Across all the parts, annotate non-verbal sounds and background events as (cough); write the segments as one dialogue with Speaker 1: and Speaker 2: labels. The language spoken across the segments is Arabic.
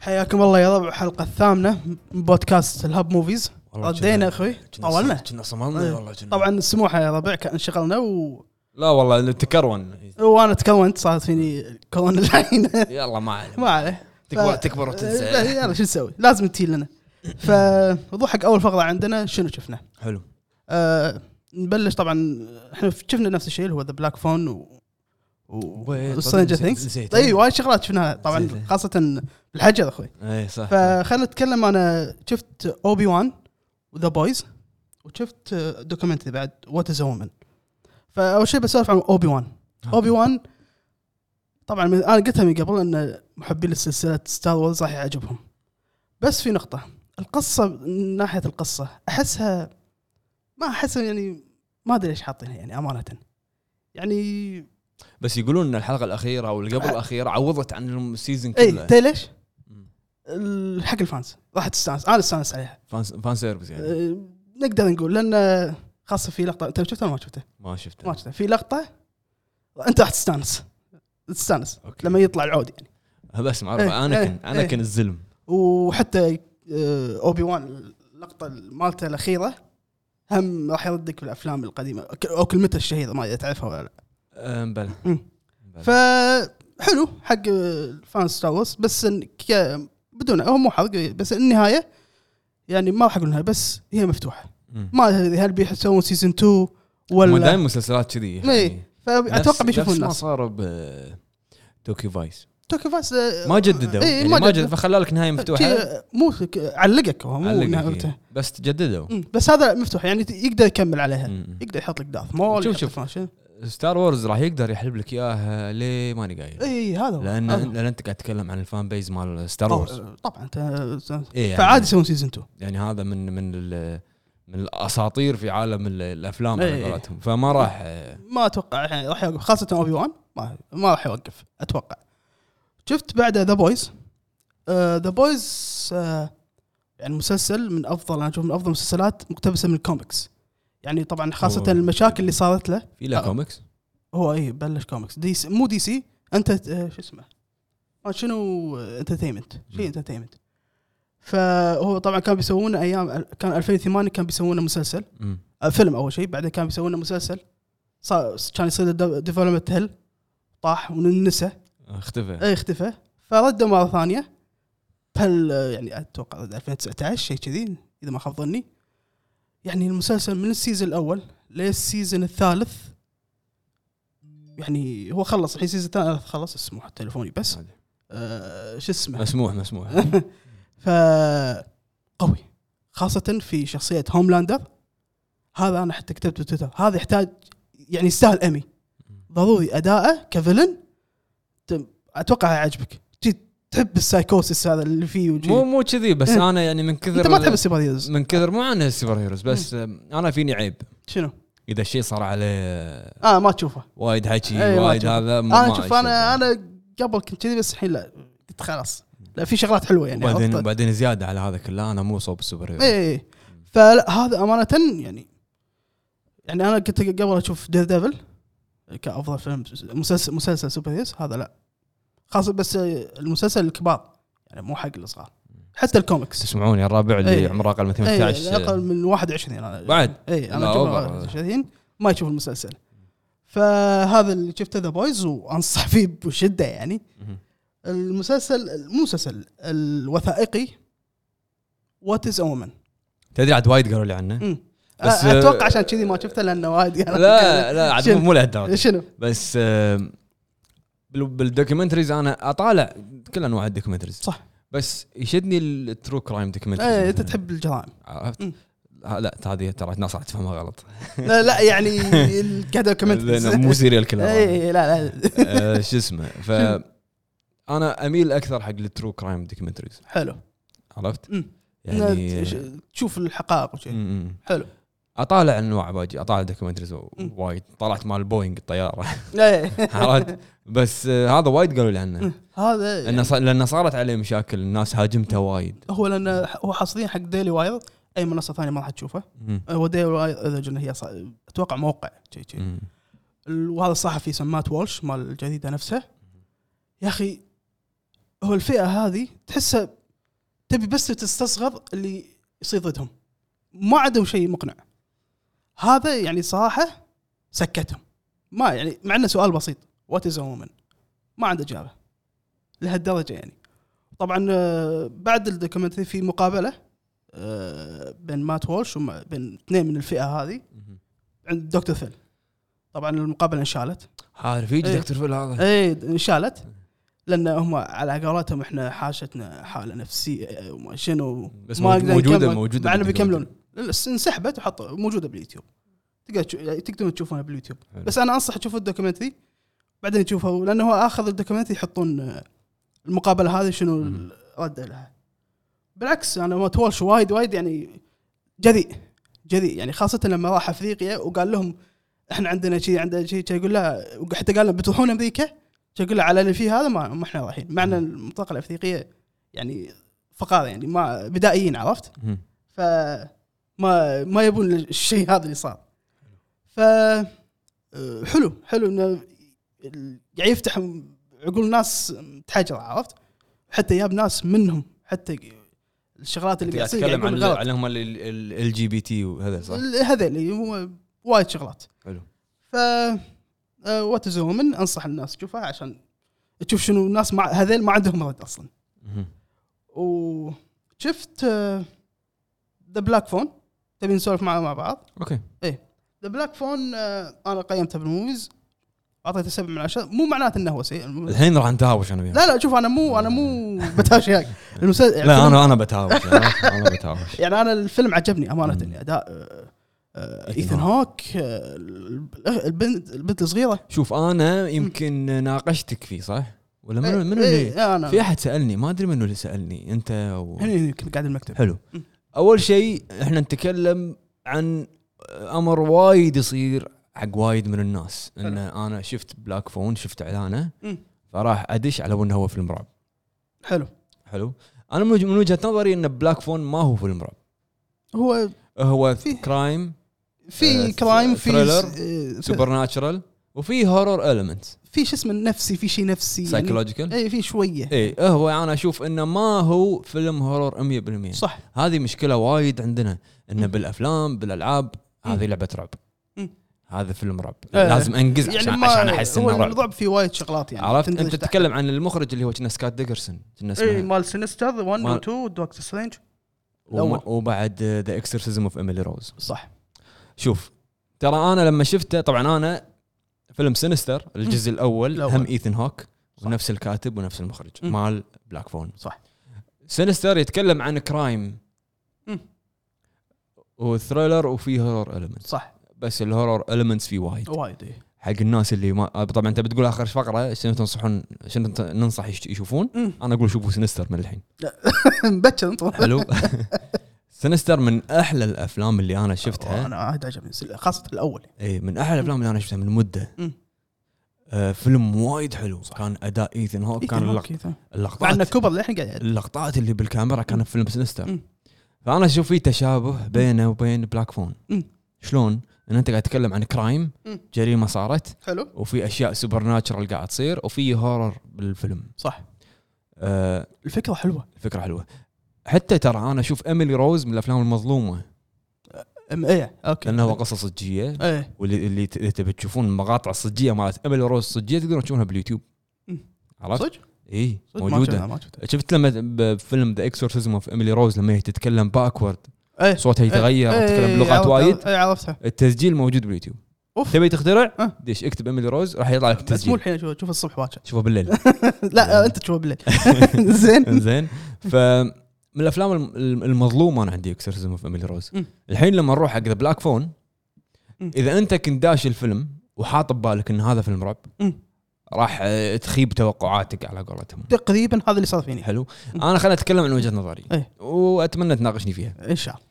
Speaker 1: حياكم الله يا ربع الحلقه الثامنه من بودكاست الهاب موفيز آه،
Speaker 2: والله
Speaker 1: ردينا
Speaker 2: كنا-
Speaker 1: اخوي
Speaker 2: كنا-
Speaker 1: أه، طولنا
Speaker 2: كنا صممنا
Speaker 1: إيه.
Speaker 2: والله كنا-
Speaker 1: طبعا السموحه يا ربع كان انشغلنا و...
Speaker 2: لا والله تكرون
Speaker 1: وانا تكونت صارت فيني الكورونا الحين (laughs)
Speaker 2: يلا ما عليه
Speaker 1: ما عليه
Speaker 2: تكبر
Speaker 1: ف-
Speaker 2: تكبر
Speaker 1: لا،
Speaker 2: وتنسى
Speaker 1: يلا شو نسوي لازم تجي لنا فوضوح حق اول فقره عندنا شنو شفنا
Speaker 2: حلو
Speaker 1: أه نبلش طبعا احنا شفنا نفس الشيء اللي هو ذا بلاك فون و
Speaker 2: وي-
Speaker 1: وسترينجر
Speaker 2: نسيت-
Speaker 1: ثينكس
Speaker 2: نسيت.
Speaker 1: اي وايد شغلات شفناها طبعا
Speaker 2: نسيت.
Speaker 1: خاصه بالحجر اخوي
Speaker 2: اي إيه، صح
Speaker 1: فخلنا نتكلم انا شفت اوبي وان وذا بويز وشفت دوكيومنتري بعد وات از وومن فاول شيء بسولف عن اوبي وان اوبي وان طبعا من انا قلتها من قبل ان محبين لسلسله ستار وورز راح يعجبهم بس في نقطه القصه من ناحيه القصه احسها ما احسها يعني ما ادري ليش حاطينها يعني امانه يعني
Speaker 2: بس يقولون ان الحلقه الاخيره او اللي
Speaker 1: أه.
Speaker 2: قبل الاخيره عوضت عن السيزون
Speaker 1: اي
Speaker 2: كله
Speaker 1: إيه، تدري ليش؟
Speaker 2: مم.
Speaker 1: ال- حق الفانز راح تستانس انا استانس عليها
Speaker 2: فان فان سيرفس يعني
Speaker 1: أه، نقدر نقول لان خاصه في لقطه انت شفتها ولا ما شفتها؟
Speaker 2: ما شفته
Speaker 1: ما شفتها في لقطه انت راح تستانس تستانس
Speaker 2: أوكي.
Speaker 1: لما يطلع العود يعني
Speaker 2: بس معروف
Speaker 1: إيه،
Speaker 2: انا
Speaker 1: إيه،
Speaker 2: كن انا
Speaker 1: إيه.
Speaker 2: كن الزلم
Speaker 1: وحتى أه، اوبي وان اللقطه مالته الاخيره هم راح يردك بالافلام القديمه ك- او كلمته الشهيره ما أدري تعرفها ولا لا
Speaker 2: أم، بلى
Speaker 1: مم.
Speaker 2: بلى.
Speaker 1: فحلو حق فان ستار وورز بس إن ك- بدون هو مو حرق بس النهايه يعني ما راح اقول لها بس هي مفتوحه
Speaker 2: مم.
Speaker 1: ما ادري هل بيسوون سيزون 2
Speaker 2: هم
Speaker 1: ولا
Speaker 2: دايم مسلسلات كذي
Speaker 1: إيه.
Speaker 2: يعني. نفس-
Speaker 1: فاتوقع بيشوفون
Speaker 2: نفس ما
Speaker 1: الناس
Speaker 2: صار ب توكيو فايس
Speaker 1: توكي فايس
Speaker 2: ما جددوا
Speaker 1: إيه،
Speaker 2: يعني
Speaker 1: ما
Speaker 2: ما
Speaker 1: جددوا.
Speaker 2: جددوا فخلوا لك نهايه مفتوحه
Speaker 1: مو ك- علقك هو مو
Speaker 2: علقك
Speaker 1: نهايته
Speaker 2: إيه. بس جددوا
Speaker 1: مم، بس هذا مفتوح يعني ت- يقدر يكمل عليها
Speaker 2: مم.
Speaker 1: يقدر يحط لك داث مول
Speaker 2: شوف-
Speaker 1: يحط
Speaker 2: شوف.
Speaker 1: لك ماشي.
Speaker 2: ستار وورز راح يقدر يحلب لك اياها ليه ماني قايل
Speaker 1: اي إيه، هذا هو.
Speaker 2: لان
Speaker 1: هذا هو.
Speaker 2: لان انت قاعد تتكلم عن الفان بيز مال ستار
Speaker 1: طبعاً-
Speaker 2: وورز
Speaker 1: طبعا انت
Speaker 2: إيه
Speaker 1: أه. فعادي
Speaker 2: يعني,
Speaker 1: يسوون سيزون 2
Speaker 2: يعني هذا من من ال- من الاساطير في عالم ال- الافلام على
Speaker 1: إيه.
Speaker 2: قولتهم فما راح آه،
Speaker 1: ما اتوقع يعني راح يوقف خاصه اوبي وان ما ما راح يوقف اتوقع شفت بعد آه، ذا بويز ذا بويز يعني مسلسل من افضل انا اشوف من افضل المسلسلات مقتبسه من الكوميكس يعني طبعا خاصه
Speaker 2: أوه.
Speaker 1: المشاكل اللي صارت له
Speaker 2: في له
Speaker 1: آه.
Speaker 2: كوميكس
Speaker 1: هو اي بلش كوميكس دي سي مو دي سي انت آه، شو اسمه آه، شنو انترتينمنت شيء
Speaker 2: مم.
Speaker 1: انترتينمنت فهو طبعا كان بيسوونه ايام كان 2008 كان بيسوونه مسلسل
Speaker 2: مم.
Speaker 1: آه، فيلم اول شيء بعدين كان بيسوونه مسلسل صار كان يصير ديفلوبمنت هيل طاح وننسى
Speaker 2: اختفى
Speaker 1: اي اختفى فردوا مره ثانيه هل يعني اتوقع 2019 شيء كذي اذا ما خاب ظني يعني المسلسل من السيزون الاول للسيزون الثالث يعني هو خلص الحين السيزون الثالث خلص اسمه تليفوني بس
Speaker 2: عادي.
Speaker 1: آه شو اسمه (laughs)
Speaker 2: مسموح مسموح
Speaker 1: ف قوي خاصة في شخصية هوملاندر هذا انا حتى كتبت بتويتر هذا يحتاج يعني يستاهل امي ضروري اداءه كفيلن ت- اتوقع يعجبك جي- تحب السايكوسس هذا اللي فيه وجي.
Speaker 2: مو مو كذي بس
Speaker 1: إيه.
Speaker 2: انا يعني من كثر
Speaker 1: انت ما
Speaker 2: ال-
Speaker 1: تحب السوبر هيروز
Speaker 2: (laughs) من كثر مو انا السوبر هيروز بس آه، انا فيني عيب
Speaker 1: شنو؟
Speaker 2: اذا الشيء صار عليه
Speaker 1: اه ما تشوفه
Speaker 2: وايد حكي
Speaker 1: إيه، ما
Speaker 2: وايد
Speaker 1: أشوفه.
Speaker 2: هذا ما- ما
Speaker 1: انا شوف انا
Speaker 2: أشوفه.
Speaker 1: انا قبل كنت كذي بس الحين لا قلت خلاص لا في شغلات حلوه يعني
Speaker 2: وبعدين
Speaker 1: عرفت؟
Speaker 2: وبعدين زياده على هذا كله انا مو صوب السوبر هيرو
Speaker 1: اي فهذا امانه يعني يعني انا كنت قبل اشوف دير ديفل كافضل فيلم مسلسل مسلسل سوبر هيروز هذا لا خاصه بس آه، المسلسل الكبار يعني مو حق الصغار حتى الكوميكس
Speaker 2: تسمعون يا الرابع اللي
Speaker 1: إيه.
Speaker 2: عمره اقل من
Speaker 1: إي،
Speaker 2: 18
Speaker 1: اقل من يعني. 21 انا
Speaker 2: بعد
Speaker 1: اي
Speaker 2: لا،
Speaker 1: انا اشوف
Speaker 2: أوفر.
Speaker 1: 21 ما يشوف المسلسل فهذا اللي شفته ذا بويز وانصح فيه (laughs) بشده يعني
Speaker 2: مهم.
Speaker 1: المسلسل مو مسلسل الوثائقي وات از اومن
Speaker 2: تدري عاد وايد قالوا لي عنه
Speaker 1: مم.
Speaker 2: بس- آه،
Speaker 1: أ- اتوقع عشان كذي ما شفته لانه وايد قال-
Speaker 2: لا لا عاد مو- مو لهالدرجه (laughs)
Speaker 1: شنو؟
Speaker 2: بس آم، بال- بالدوكيومنتريز انا اطالع كل انواع الدوكيومنتريز
Speaker 1: صح.
Speaker 2: بس يشدني الترو كرايم دوكيومنتريز
Speaker 1: ايه انت تحب الجرائم
Speaker 2: عرفت؟
Speaker 1: مم.
Speaker 2: آه، لا هذه ترى الناس راح تفهمها غلط
Speaker 1: لا لا يعني ال- كذا كمان
Speaker 2: (laughs) لأنه مو سيريال كلر
Speaker 1: اي إيه، لا لا
Speaker 2: آه، شو اسمه ف انا اميل اكثر حق الترو كرايم دوكيومنتريز
Speaker 1: حلو
Speaker 2: عرفت؟
Speaker 1: مم.
Speaker 2: يعني
Speaker 1: ش- تشوف الحقائق وشيء
Speaker 2: مم.
Speaker 1: حلو
Speaker 2: اطالع انواع باجي اطالع دوكيومنتريز
Speaker 1: مم.
Speaker 2: وايد طلعت مال بوينغ الطياره
Speaker 1: إيه.
Speaker 2: (laughs) عرفت بس آه، هذا وايد قالوا لي عنه
Speaker 1: هذا يعني
Speaker 2: لانه صار- لانه صارت عليه مشاكل الناس هاجمته وايد
Speaker 1: هو لان هو حاصلين حق ديلي واير اي منصه ثانيه ما راح تشوفه
Speaker 2: مم.
Speaker 1: هو ديلي واير اوريجن هي صا- اتوقع موقع شي شي.
Speaker 2: مم.
Speaker 1: ال- وهذا الصحفي اسمه مات وولش مال الجريده نفسها يا اخي هو الفئه هذه تحسها تبي بس تستصغر اللي يصير ضدهم ما عندهم شيء مقنع هذا يعني صراحه سكتهم ما يعني مع انه سؤال بسيط وات از وومن ما عنده اجابه لهالدرجه يعني طبعا آه، بعد الدوكيومنتري في مقابله آه، بين مات وولش وما- بين اثنين من الفئه هذه عند دكتور فيل طبعا المقابله انشالت
Speaker 2: عارف يجي
Speaker 1: إيه.
Speaker 2: دكتور فيل هذا
Speaker 1: اي انشالت لان هم على قولتهم احنا حاشتنا حاله نفسيه وما شنو
Speaker 2: بس موجودة- موجودة- موجودة
Speaker 1: معنا
Speaker 2: بالديكومنتري.
Speaker 1: بيكملون لس- انسحبت وحطوا موجوده باليوتيوب تقدر تشو- يعني تقدرون تشوفونها باليوتيوب
Speaker 2: حلو.
Speaker 1: بس انا انصح تشوفوا الدوكيومنتري بعدين تشوفوا لانه هو اخذ الدوكيومنتري يحطون آه، المقابله هذه شنو
Speaker 2: مم.
Speaker 1: الرد لها بالعكس انا ما تولش وايد وايد يعني جريء جريء يعني خاصه لما راح افريقيا وقال لهم احنا عندنا شيء عندنا شيء يقول له حتى قال لهم بتروحون امريكا شو اقول له على اللي فيه هذا ما, ما احنا رايحين مع ان المنطقه الافريقيه يعني فقاره يعني ما بدائيين عرفت
Speaker 2: مم.
Speaker 1: ف ما ما يبون الشيء هذا اللي صار ف آه، حلو حلو انه ال- يعني يفتح عقول ناس متحجره عرفت حتى جاب ناس منهم حتى الشغلات اللي
Speaker 2: أنت
Speaker 1: قاعد
Speaker 2: قاعد
Speaker 1: تصير قاعد
Speaker 2: تتكلم عن
Speaker 1: يقول غلط إيه.
Speaker 2: عن هم ال جي بي تي وهذا صح؟
Speaker 1: ال- هذا اللي هو وايد شغلات
Speaker 2: حلو
Speaker 1: ف آه، وات از وومن انصح الناس تشوفها عشان تشوف شنو الناس مع هذيل ما عندهم رد اصلا
Speaker 2: مهم.
Speaker 1: وشفت ذا بلاك فون تبي نسولف معه مع بعض
Speaker 2: اوكي
Speaker 1: ذا بلاك فون انا آه، قيمته بالموفيز اعطيته سبع من عشرة مو معناته انه هو سيء الم-
Speaker 2: الحين راح نتهاوش انا وياك
Speaker 1: لا لا شوف انا مو انا مو
Speaker 2: (laughs)
Speaker 1: بتهاوش وياك المسل... يعني,
Speaker 2: لا
Speaker 1: الفيلم-
Speaker 2: انا انا بتهاوش انا أنا
Speaker 1: (laughs)
Speaker 2: بتهاوش
Speaker 1: يعني انا الفيلم عجبني امانه
Speaker 2: مم.
Speaker 1: اداء آه، آه،
Speaker 2: إيثان
Speaker 1: ايثن هوك آه، ال- البنت البنت الصغيره
Speaker 2: شوف انا يمكن ناقشتك فيه صح؟ ولا منو منو اللي
Speaker 1: إيه، انا
Speaker 2: في احد سالني ما ادري منو اللي سالني انت او
Speaker 1: هني هني كنت قاعد بالمكتب
Speaker 2: حلو
Speaker 1: مم.
Speaker 2: اول شيء احنا نتكلم عن امر وايد يصير حق وايد من الناس ان انا شفت بلاك فون شفت اعلانه
Speaker 1: مم.
Speaker 2: فراح ادش على انه هو فيلم رعب
Speaker 1: حلو
Speaker 2: حلو انا من وجه- من وجهه نظري ان بلاك فون ما هو فيلم رعب
Speaker 1: هو
Speaker 2: هو
Speaker 1: فيه-
Speaker 2: كرايم آه،
Speaker 1: في كرايم في
Speaker 2: thriller،
Speaker 1: س- آه،
Speaker 2: سوبر ناتشرال وفي هورر المنت
Speaker 1: في شو اسمه نفسي في شيء نفسي يعني
Speaker 2: سايكولوجيكال
Speaker 1: اي في شويه
Speaker 2: اي إيه، هو انا اشوف انه ما هو فيلم هورر 100%
Speaker 1: صح
Speaker 2: هذه مشكله وايد عندنا انه بالافلام بالالعاب هذه لعبه رعب
Speaker 1: مم.
Speaker 2: هذا فيلم رعب
Speaker 1: آه.
Speaker 2: لازم انجز عشان عشان احس
Speaker 1: هو
Speaker 2: انه رعب
Speaker 1: الرعب في وايد شغلات يعني
Speaker 2: عرفت
Speaker 1: تندرج
Speaker 2: انت
Speaker 1: تحت.
Speaker 2: تتكلم عن المخرج اللي هو كنا سكات ديجرسون كنا
Speaker 1: اي
Speaker 2: اسمه
Speaker 1: إيه، مال سينستر 1 و
Speaker 2: مال-
Speaker 1: 2 دكتور سترينج الأول.
Speaker 2: وما- وبعد ذا اكسرسيزم اوف ايميلي روز
Speaker 1: صح
Speaker 2: شوف ترى انا لما شفته طبعا انا فيلم سينستر الجزء الاول
Speaker 1: الأول.
Speaker 2: هم ايثن هوك ونفس الكاتب ونفس المخرج
Speaker 1: مم.
Speaker 2: مال بلاك فون
Speaker 1: صح.
Speaker 2: سينستر يتكلم عن كرايم
Speaker 1: مم.
Speaker 2: وثريلر وفي هورر المنت
Speaker 1: صح
Speaker 2: بس الهورر المنتس فيه وايد
Speaker 1: وايد إيه. إي.
Speaker 2: حق الناس اللي ما طبعا انت بتقول اخر فقره شنو تنصحون شنو تن- ننصح يش- يشوفون
Speaker 1: مم. (laughs)
Speaker 2: انا اقول شوفوا سينستر من الحين
Speaker 1: مبكر انت
Speaker 2: حلو سينستر من احلى الافلام اللي انا شفتها
Speaker 1: انا عاد عجبني سل- خاصه الاول
Speaker 2: اي من احلى الافلام اللي انا شفتها من مده
Speaker 1: مم.
Speaker 2: آه فيلم وايد حلو صح. كان اداء ايثن هوك
Speaker 1: إيثن
Speaker 2: كان
Speaker 1: هوك
Speaker 2: اللق-
Speaker 1: إيثن. مع انه
Speaker 2: اللقطات
Speaker 1: كبر إيه. للحين قاعد
Speaker 2: اللقطات اللي بالكاميرا كانت في فيلم سينستر
Speaker 1: مم.
Speaker 2: فانا اشوف في تشابه بينه وبين بلاك فون
Speaker 1: مم.
Speaker 2: شلون؟ ان انت قاعد تتكلم عن كرايم
Speaker 1: مم.
Speaker 2: جريمه صارت
Speaker 1: حلو
Speaker 2: وفي اشياء سوبر ناتشرال قاعد تصير وفي هورر بالفيلم
Speaker 1: صح
Speaker 2: آه
Speaker 1: الفكره حلوه
Speaker 2: فكره حلوه حتى ترى انا اشوف ايميلي روز من الافلام المظلومه
Speaker 1: أم- ايه اوكي
Speaker 2: لانها قصه صجيه
Speaker 1: ايه
Speaker 2: واللي اللي ت- اللي تبي تشوفون المقاطع الصجيه مالت ايميلي روز الصجيه تقدرون تشوفونها باليوتيوب
Speaker 1: مم.
Speaker 2: عرفت؟
Speaker 1: صدق
Speaker 2: اي
Speaker 1: صدق ما شفتها،
Speaker 2: موجوده
Speaker 1: ما شفتها.
Speaker 2: شفت لما بفيلم ذا اكسورسيزم اوف ايميلي روز لما هي تتكلم باكورد
Speaker 1: ايه
Speaker 2: صوتها يتغير
Speaker 1: إيه،
Speaker 2: وتتكلم
Speaker 1: إيه،
Speaker 2: بلغات
Speaker 1: عرفتها،
Speaker 2: وايد
Speaker 1: ايه عرفتها
Speaker 2: التسجيل موجود باليوتيوب
Speaker 1: أوف.
Speaker 2: تبي تخترع
Speaker 1: أه.
Speaker 2: دش اكتب ايميلي روز راح يطلع لك
Speaker 1: بس مو
Speaker 2: التسجيل
Speaker 1: الحين اشوفه شوف الصبح باكر
Speaker 2: شوفه بالليل إيه.
Speaker 1: لا آه، انت تشوفه
Speaker 2: (laughs)
Speaker 1: بالليل (laughs) زين
Speaker 2: زين ف من الافلام الم- الم- المظلومه انا عندي اكسورسيزم اوف ايميلي روز
Speaker 1: مم.
Speaker 2: الحين لما نروح حق ذا بلاك فون
Speaker 1: مم.
Speaker 2: اذا انت كنت داش الفيلم وحاط ببالك ان هذا فيلم رعب
Speaker 1: مم.
Speaker 2: راح آه، تخيب توقعاتك على قولتهم
Speaker 1: تقريبا هذا اللي صار فيني
Speaker 2: حلو
Speaker 1: مم.
Speaker 2: انا خليني اتكلم عن وجهه نظري
Speaker 1: إيه.
Speaker 2: واتمنى تناقشني فيها
Speaker 1: ان شاء الله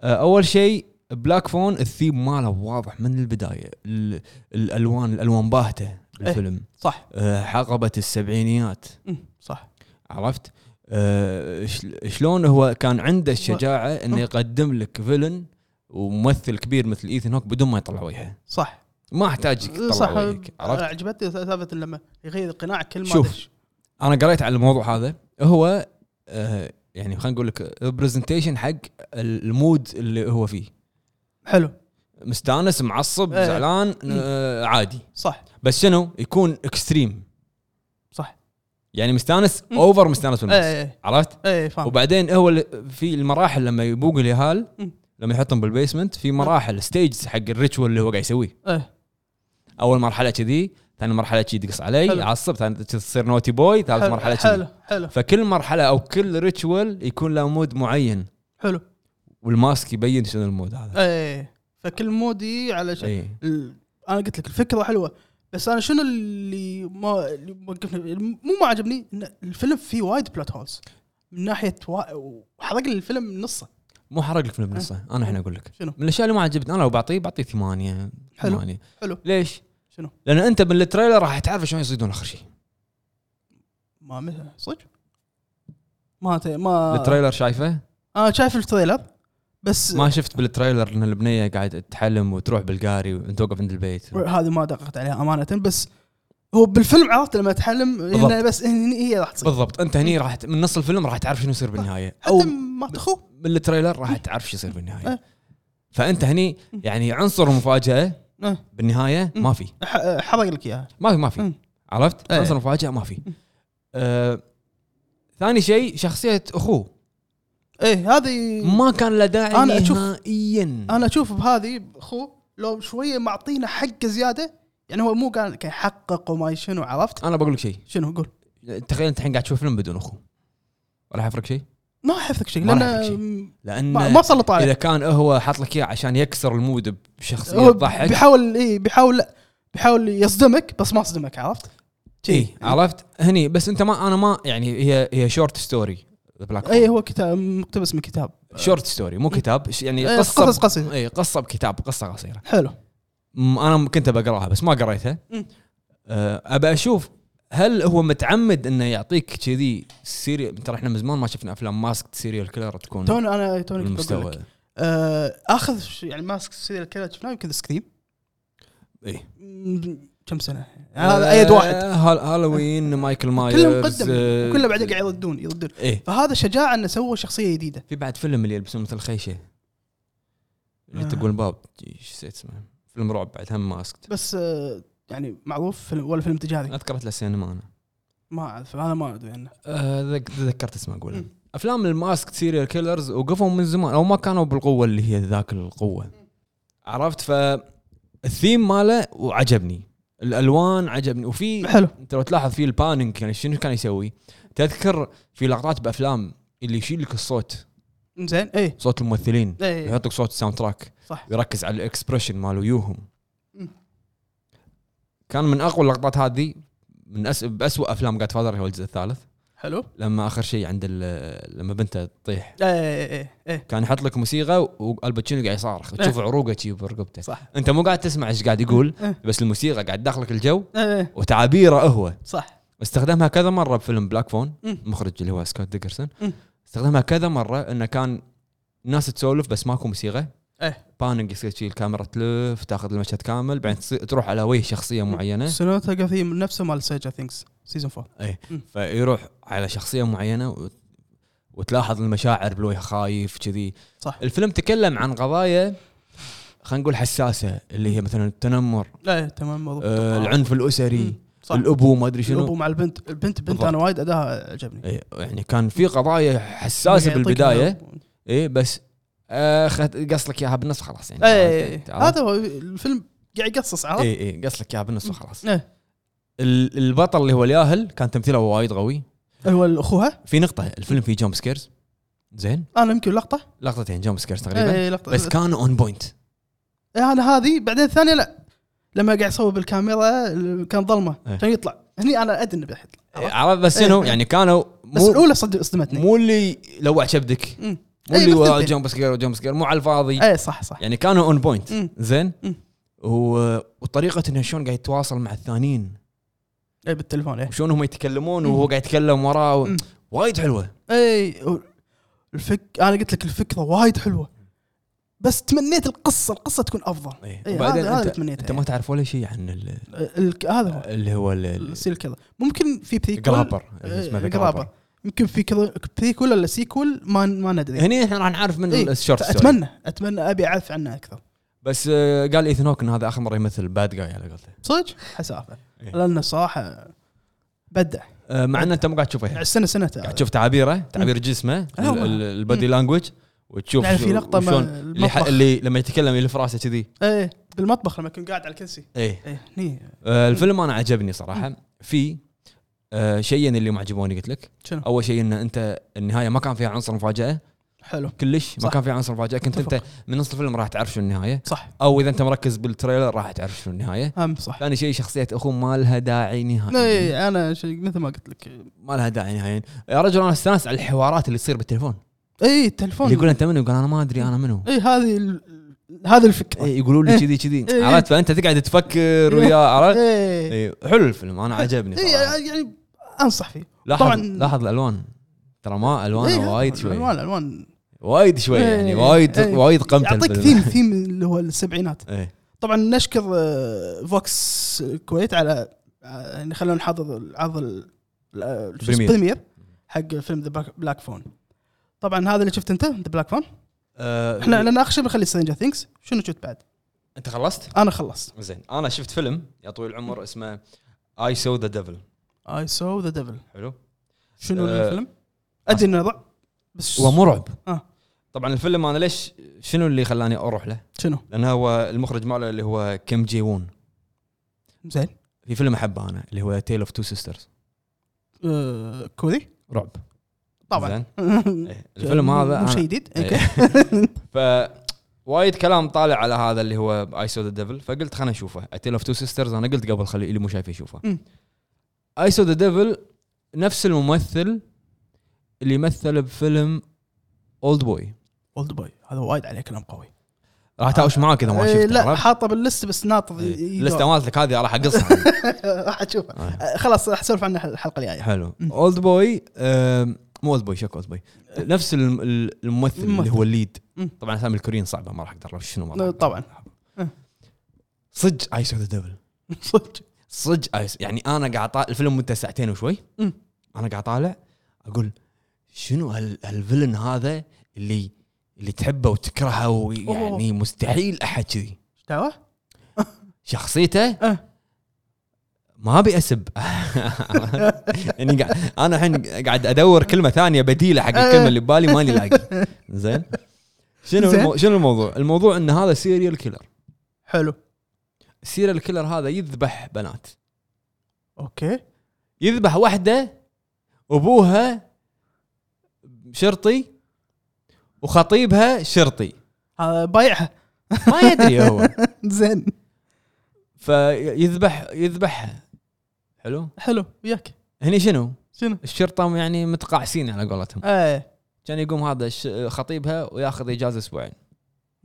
Speaker 2: آه، اول شيء بلاك فون الثيم ماله واضح من البدايه ال- الالوان الالوان باهته
Speaker 1: إيه.
Speaker 2: بالفيلم
Speaker 1: صح
Speaker 2: آه، حقبه السبعينيات
Speaker 1: مم، صح
Speaker 2: عرفت آه، شل- شلون هو كان عنده الشجاعه انه يقدم لك فيلن وممثل كبير مثل ايثن هوك بدون ما يطلع وجهه
Speaker 1: صح
Speaker 2: ما احتاجك
Speaker 1: صح
Speaker 2: تطلع وجهك عرفت
Speaker 1: عجبتني سالفه لما يغير القناع كل ما
Speaker 2: شوف.
Speaker 1: دش.
Speaker 2: انا قريت على الموضوع هذا هو آه، يعني خلينا نقول لك ريبرزنتيشن حق المود اللي هو فيه
Speaker 1: حلو
Speaker 2: مستانس معصب
Speaker 1: إيه.
Speaker 2: زعلان آه، عادي
Speaker 1: صح
Speaker 2: بس شنو يكون اكستريم
Speaker 1: صح
Speaker 2: يعني مستانس
Speaker 1: مم. إيه،
Speaker 2: اوفر مستانس بالناس
Speaker 1: اي
Speaker 2: عرفت
Speaker 1: اي إيه، فاهم
Speaker 2: وبعدين هو ال- في المراحل لما يبوق اليهال
Speaker 1: مم.
Speaker 2: لما يحطهم بالبيسمنت في مراحل ستيجز حق الريتشوال اللي هو قاعد يسويه
Speaker 1: إيه.
Speaker 2: اول مرحله كذي ثاني مرحله كذي يدقص علي
Speaker 1: حلو.
Speaker 2: يعصب ثاني تصير نوتي بوي ثالث
Speaker 1: حلو-
Speaker 2: مرحله كذي
Speaker 1: حلو حلو
Speaker 2: فكل مرحله او كل ريتشوال يكون له مود معين
Speaker 1: حلو
Speaker 2: والماسك يبين شنو المود هذا
Speaker 1: اي فكل مودي على شيء
Speaker 2: اي
Speaker 1: ال- انا قلت لك الفكره حلوه بس انا شنو اللي ما اللي موقفني مو ما عجبني ان الفيلم فيه وايد بلوت هولز من ناحيه وا... حرق لي الفيلم نصه
Speaker 2: مو حرق الفيلم بنصه انا الحين اقول لك
Speaker 1: إيه. شنو؟
Speaker 2: من الاشياء اللي ما عجبتني انا لو بعطيه بعطيه ثمانيه
Speaker 1: حلو.
Speaker 2: ثمانيه
Speaker 1: حلو
Speaker 2: ليش؟
Speaker 1: شنو؟
Speaker 2: لان انت من التريلر راح تعرف شلون يصيدون اخر شيء
Speaker 1: ما مثل صدق ما ت... ما
Speaker 2: التريلر شايفه؟
Speaker 1: انا شايف التريلر بس
Speaker 2: ما شفت بالتريلر ان البنيه قاعده تحلم وتروح بالقاري وانت توقف عند البيت
Speaker 1: هذه ما دققت عليها امانه بس هو بالفيلم عرفت لما اتحلم
Speaker 2: بالضبط.
Speaker 1: هنا بس هنا هي راح تصير
Speaker 2: بالضبط انت
Speaker 1: إيه.
Speaker 2: هني راح ت- من نص الفيلم راح تعرف شنو يصير بالنهايه او
Speaker 1: حتى ما تخو
Speaker 2: من التريلر راح تعرف شو يصير بالنهايه
Speaker 1: إيه.
Speaker 2: فانت هني يعني عنصر المفاجاه
Speaker 1: إيه.
Speaker 2: بالنهايه ما في
Speaker 1: ح- حرق لك اياها
Speaker 2: ما في ما في
Speaker 1: مم.
Speaker 2: عرفت؟
Speaker 1: إيه.
Speaker 2: عنصر المفاجاه ما في آه، ثاني شيء شخصيه اخوه
Speaker 1: ايه هذه
Speaker 2: ما كان له داعي
Speaker 1: أنا أشوف-
Speaker 2: نهائيا
Speaker 1: انا اشوف بهذه اخوه لو شويه معطينا حق زياده يعني هو مو قاعد كان يحقق وما شنو عرفت
Speaker 2: انا بقول لك شيء
Speaker 1: شنو قول
Speaker 2: تخيل انت الحين قاعد تشوف فيلم بدون اخوه راح يفرق شيء؟
Speaker 1: ما حفظك شيء
Speaker 2: ما
Speaker 1: لان
Speaker 2: راح يفرق شيء. لان
Speaker 1: ما, ما سلط
Speaker 2: اذا
Speaker 1: عليه
Speaker 2: كان هو حاط لك اياه عشان يكسر المود بشخصيه
Speaker 1: هو
Speaker 2: تضحك
Speaker 1: بيحاول اي بيحاول بيحاول يصدمك بس ما صدمك عرفت؟
Speaker 2: اي عرفت؟ هني بس انت ما انا ما يعني هي هي شورت ستوري
Speaker 1: اي إيه، هو كتاب مقتبس من كتاب
Speaker 2: شورت ستوري مو كتاب ش- يعني
Speaker 1: إيه،
Speaker 2: قصه
Speaker 1: قصص قصيره
Speaker 2: اي قصه بكتاب قصه قصيره
Speaker 1: حلو
Speaker 2: م- انا م- كنت بقراها بس ما قريتها
Speaker 1: مم.
Speaker 2: آه، ابى اشوف هل هو متعمد انه يعطيك كذي سيريال ترى احنا من زمان ما شفنا افلام ماسكت سيريال كيلر تكون
Speaker 1: توني انا توني كنت بقول
Speaker 2: بالمستوى
Speaker 1: لك آه، اخذ ش- يعني ماسك سيريال كيلر شفناه يمكن سكريم
Speaker 2: اي
Speaker 1: كم سنه هذا ايد واحد
Speaker 2: آه، هال هالوين مايكل مايرز
Speaker 1: كلهم قدم
Speaker 2: آه،
Speaker 1: كله بعدين قاعد يردون يردون
Speaker 2: ايه
Speaker 1: فهذا شجاعه انه سوى شخصيه جديده
Speaker 2: في بعد فيلم اللي يلبسون مثل خيشه اللي
Speaker 1: آه.
Speaker 2: تقول باب ايش نسيت اسمه فيلم رعب بعد هم ماسكت
Speaker 1: بس آه، يعني معروف فيلم- ولا فيلم تجاري
Speaker 2: اذكرت له السينما انا
Speaker 1: ما اعرف انا ما ادري عنه
Speaker 2: آه، ذك- تذكرت اسمه اقوله
Speaker 1: مم.
Speaker 2: افلام الماسك سيريال كيلرز وقفوا من زمان او ما كانوا بالقوه اللي هي ذاك القوه عرفت فالثيم ماله وعجبني الالوان عجبني وفي
Speaker 1: حلو
Speaker 2: انت لو تلاحظ في البانينج يعني شنو كان يسوي تذكر في لقطات بافلام اللي يشيل لك الصوت
Speaker 1: زين اي
Speaker 2: صوت الممثلين
Speaker 1: اي
Speaker 2: يحط لك صوت الساوند تراك
Speaker 1: صح.
Speaker 2: يركز على الاكسبريشن ماله ويوهم
Speaker 1: مم.
Speaker 2: كان من اقوى اللقطات هذه من أس... باسوء افلام جاد فادر هو الجزء الثالث
Speaker 1: حلو إيه،
Speaker 2: لما اخر شيء عند ال- لما بنته تطيح
Speaker 1: اي اي اي
Speaker 2: كان يحط لك موسيقى والباتشينو قاعد يصارخ
Speaker 1: إيه.
Speaker 2: تشوف عروقه شي برقبته
Speaker 1: صح
Speaker 2: انت مو قاعد تسمع ايش قاعد يقول
Speaker 1: إيه.
Speaker 2: بس الموسيقى قاعد داخلك الجو
Speaker 1: اي إي،
Speaker 2: وتعابيره هو
Speaker 1: إيه، صح
Speaker 2: استخدمها كذا مره بفيلم بلاك فون
Speaker 1: مم.
Speaker 2: المخرج اللي هو سكوت ديكرسون
Speaker 1: مم.
Speaker 2: استخدمها كذا مره انه كان ناس تسولف بس ماكو موسيقى
Speaker 1: إيه.
Speaker 2: باننج يصير شي الكاميرا تلف تاخذ المشهد كامل بعدين تصير- تروح على وجه شخصيه
Speaker 1: مم.
Speaker 2: معينه
Speaker 1: سوناتا ثيم نفسه مال سيجا ثينكس سيزون 4
Speaker 2: فيروح على شخصيه معينه و... وتلاحظ المشاعر بالوجه خايف كذي
Speaker 1: صح
Speaker 2: الفيلم تكلم عن قضايا خلينا نقول حساسه اللي هي مثلا التنمر
Speaker 1: لا إيه، تمام مضبوط
Speaker 2: آه العنف الاسري
Speaker 1: مم، صح
Speaker 2: الابو ما ادري
Speaker 1: الابو
Speaker 2: شنو
Speaker 1: مع البنت البنت بنت
Speaker 2: بالضبط.
Speaker 1: انا وايد اداها عجبني يعني
Speaker 2: إيه، يعني كان في قضايا حساسه
Speaker 1: يعطيك
Speaker 2: بالبدايه
Speaker 1: الأب.
Speaker 2: اي إيه، بس آه، اخذت قص لك اياها بالنص خلاص يعني
Speaker 1: اي
Speaker 2: عرفت؟
Speaker 1: إيه،
Speaker 2: إيه،
Speaker 1: هذا هو الفيلم قاعد يقصص عرفت؟
Speaker 2: اي اي قص لك اياها بالنص وخلاص
Speaker 1: إيه.
Speaker 2: ال- البطل اللي هو الياهل كان تمثيله وايد قوي
Speaker 1: هو اخوها
Speaker 2: في نقطه الفيلم فيه جامب سكيرز زين
Speaker 1: انا يمكن إيه، لقطه
Speaker 2: لقطتين جامب سكيرز تقريبا
Speaker 1: اي لقطه
Speaker 2: بس كان اون بوينت
Speaker 1: انا إيه، هذه بعدين الثانيه لا لما قاعد يصور بالكاميرا كان ظلمه
Speaker 2: إيه.
Speaker 1: كان يطلع هني انا ادري انه بيطلع عرفت؟
Speaker 2: عرفت بس شنو
Speaker 1: إيه.
Speaker 2: يعني كانوا
Speaker 1: بس
Speaker 2: مو
Speaker 1: الاولى صد- صدمتني
Speaker 2: مو اللي لوع كبدك
Speaker 1: مم.
Speaker 2: مو
Speaker 1: إيه،
Speaker 2: اللي
Speaker 1: بس
Speaker 2: والله
Speaker 1: تنتهي.
Speaker 2: جامب سكير وجامب سكير مو على الفاضي
Speaker 1: اي إيه، صح صح
Speaker 2: يعني كانوا اون بوينت
Speaker 1: مم.
Speaker 2: زين
Speaker 1: مم.
Speaker 2: و- وطريقه انه شلون قاعد يتواصل مع الثانيين
Speaker 1: اي إيه، بالتليفون اي
Speaker 2: وشلون هم يتكلمون وهو قاعد يتكلم وراه و-
Speaker 1: مم.
Speaker 2: وايد حلوه
Speaker 1: اي و- إيه، الفك انا قلت لك الفكره وايد حلوه بس تمنيت القصه القصه تكون افضل
Speaker 2: إيه.
Speaker 1: إيه،
Speaker 2: وبعدين
Speaker 1: هذا- هذا
Speaker 2: انت,
Speaker 1: تمنيته
Speaker 2: انت ما
Speaker 1: يعني.
Speaker 2: تعرف ولا شيء عن ال-
Speaker 1: ال- هذا هو
Speaker 2: اللي هو ال- ال-
Speaker 1: السيل كذا ممكن في بريكول
Speaker 2: جرابر
Speaker 1: إيه،
Speaker 2: اسمه ذا
Speaker 1: جرابر. يمكن في كذا- بريكول ولا سيكول ما ما ندري
Speaker 2: هني احنا راح نعرف من
Speaker 1: إيه،
Speaker 2: الشورت ستوري
Speaker 1: اتمنى اتمنى ابي اعرف عنه اكثر
Speaker 2: بس آه، قال ايثن هوك ان هذا اخر مره يمثل باد جاي على قولته
Speaker 1: صدق حسافه
Speaker 2: إيه.
Speaker 1: لانه صراحه بدع
Speaker 2: آه، مع ان انت مو قاعد تشوفه يعني.
Speaker 1: السنه سنه
Speaker 2: قاعد تشوف تعابيره تعابير جسمه
Speaker 1: لا،
Speaker 2: ال-
Speaker 1: ما-
Speaker 2: ال- البادي لانجوج وتشوف
Speaker 1: يعني في
Speaker 2: شو-
Speaker 1: لقطة ما-
Speaker 2: شلون اللي, ح-
Speaker 1: المطبخ.
Speaker 2: اللي لما يتكلم يلف راسه كذي
Speaker 1: ايه بالمطبخ لما كنت قاعد على الكرسي
Speaker 2: ايه
Speaker 1: ايه هني
Speaker 2: آه، الفيلم انا عجبني صراحه في آه، شيئين اللي ما عجبوني قلت لك
Speaker 1: شنو
Speaker 2: اول شيء ان انت النهايه ما كان فيها عنصر مفاجاه
Speaker 1: حلو
Speaker 2: كلش ما
Speaker 1: صح.
Speaker 2: كان فيها عنصر مفاجاه كنت انت
Speaker 1: اتفق.
Speaker 2: من نص الفيلم راح تعرف شو النهايه
Speaker 1: صح
Speaker 2: او اذا انت مركز بالتريلر راح تعرف شو النهايه
Speaker 1: هم صح
Speaker 2: ثاني شيء شخصيه اخوه ما لها داعي نهائيا
Speaker 1: ايه انا شي- مثل ما قلت لك إيه،
Speaker 2: ما لها داعي نهائيا يا رجل انا استانس على الحوارات اللي تصير بالتليفون
Speaker 1: اي إيه، التلفون
Speaker 2: اللي يقول انت منو يقول انا ما ادري انا منو
Speaker 1: اي هذه ال- هذه الفكره
Speaker 2: إيه، يقولوا لي
Speaker 1: إيه.
Speaker 2: كذي كذي
Speaker 1: إيه.
Speaker 2: عرفت فانت تقعد تفكر ويا عرفت
Speaker 1: ايه
Speaker 2: إيه، حلو الفيلم انا عجبني
Speaker 1: إيه،
Speaker 2: صراحه
Speaker 1: يعني انصح فيه
Speaker 2: لاحظ
Speaker 1: طبعاً.
Speaker 2: لاحظ الالوان ترى ما
Speaker 1: إيه،
Speaker 2: الوانه وايد شوي
Speaker 1: الوان الوان
Speaker 2: وايد شوي يعني
Speaker 1: إيه،
Speaker 2: وايد
Speaker 1: إيه.
Speaker 2: وايد قمت
Speaker 1: يعطيك ثيم ثيم اللي هو السبعينات
Speaker 2: ايه
Speaker 1: طبعا نشكر آه، فوكس الكويت على آه، يعني خلونا نحضر عرض ال- ال- آه، شو اسمه؟
Speaker 2: بريمير.
Speaker 1: بريمير حق فيلم ذا بلاك فون طبعا هذا اللي شفت انت ذا بلاك فون
Speaker 2: آه،
Speaker 1: احنا لان اخر شيء بنخلي سترينجر ثينكس شنو شفت بعد؟
Speaker 2: انت خلصت؟
Speaker 1: انا خلصت
Speaker 2: زين انا شفت فيلم يا طويل العمر اسمه اي سو ذا ديفل
Speaker 1: اي سو ذا ديفل
Speaker 2: حلو
Speaker 1: شنو
Speaker 2: آه،
Speaker 1: الفيلم؟ ادري انه رعب بس
Speaker 2: هو مو رعب
Speaker 1: آه.
Speaker 2: طبعا الفيلم انا ليش شنو اللي خلاني اروح له؟
Speaker 1: شنو؟
Speaker 2: لان هو المخرج ماله اللي هو كيم جي وون
Speaker 1: زين
Speaker 2: في فيلم احبه انا اللي هو تيل اوف تو سيسترز
Speaker 1: آه، كوري
Speaker 2: رعب
Speaker 1: طبعا
Speaker 2: زين
Speaker 1: (laughs)
Speaker 2: إيه. الفيلم هذا
Speaker 1: مو
Speaker 2: أنا-
Speaker 1: شيء جديد
Speaker 2: إيه.
Speaker 1: اوكي
Speaker 2: (laughs) ف وايد كلام طالع على هذا اللي هو اي سو ذا ديفل فقلت خلنا اشوفه تيل اوف تو سيسترز انا قلت قبل خلي اللي مو شايفه يشوفه
Speaker 1: مم.
Speaker 2: اي سو ذا ديفل نفس الممثل اللي مثل بفيلم اولد بوي
Speaker 1: اولد بوي هذا وايد عليه كلام قوي
Speaker 2: راح تاوش معاك اذا ما
Speaker 1: إيه،
Speaker 2: شفته
Speaker 1: لا
Speaker 2: عرفت؟
Speaker 1: حاطه باللست بس ناطر
Speaker 2: إيه.
Speaker 1: ي-
Speaker 2: لسته مالتك هذه
Speaker 1: (laughs)
Speaker 2: راح اقصها
Speaker 1: راح اشوفها
Speaker 2: آه.
Speaker 1: آه، خلاص راح اسولف عنها الحلقه الجايه
Speaker 2: حلو اولد بوي مو اولد بوي شك اولد بوي نفس الم- ال- الممثل اللي
Speaker 1: الممثل.
Speaker 2: هو الليد
Speaker 1: مم.
Speaker 2: طبعا اسامي الكوريين صعبه ما راح اقدر شنو ما راح
Speaker 1: لا،
Speaker 2: أقدر.
Speaker 1: طبعاً. (laughs) آه.
Speaker 2: صدق اي سو ذا ديفل
Speaker 1: صدق
Speaker 2: صدق آيس يعني انا قاعد طالع الفيلم مدته ساعتين وشوي
Speaker 1: أمم.
Speaker 2: انا قاعد طالع اقول شنو هال- هالفيلن هذا اللي اللي تحبه وتكرهه ويعني مستحيل احد كذي
Speaker 1: ايش (laughs) دعوه؟
Speaker 2: شخصيته
Speaker 1: أه.
Speaker 2: ما ابي (laughs) اسب يعني قاعد انا الحين قاعد ادور كلمه ثانيه بديله حق
Speaker 1: أه.
Speaker 2: الكلمه اللي ببالي ماني لاقي زين شنو
Speaker 1: زين.
Speaker 2: المو... شنو الموضوع؟ الموضوع ان هذا سيريال كيلر
Speaker 1: حلو
Speaker 2: السيريال كيلر هذا يذبح بنات
Speaker 1: اوكي
Speaker 2: يذبح واحده ابوها شرطي وخطيبها شرطي
Speaker 1: هذا بايعها
Speaker 2: (laughs) ما يدري هو
Speaker 1: زين
Speaker 2: فيذبح يذبحها حلو
Speaker 1: حلو وياك
Speaker 2: هني شنو
Speaker 1: شنو؟
Speaker 2: الشرطه يعني متقاعسين على قولتهم
Speaker 1: ايه
Speaker 2: كان يقوم هذا الش- خطيبها وياخذ اجازه اسبوعين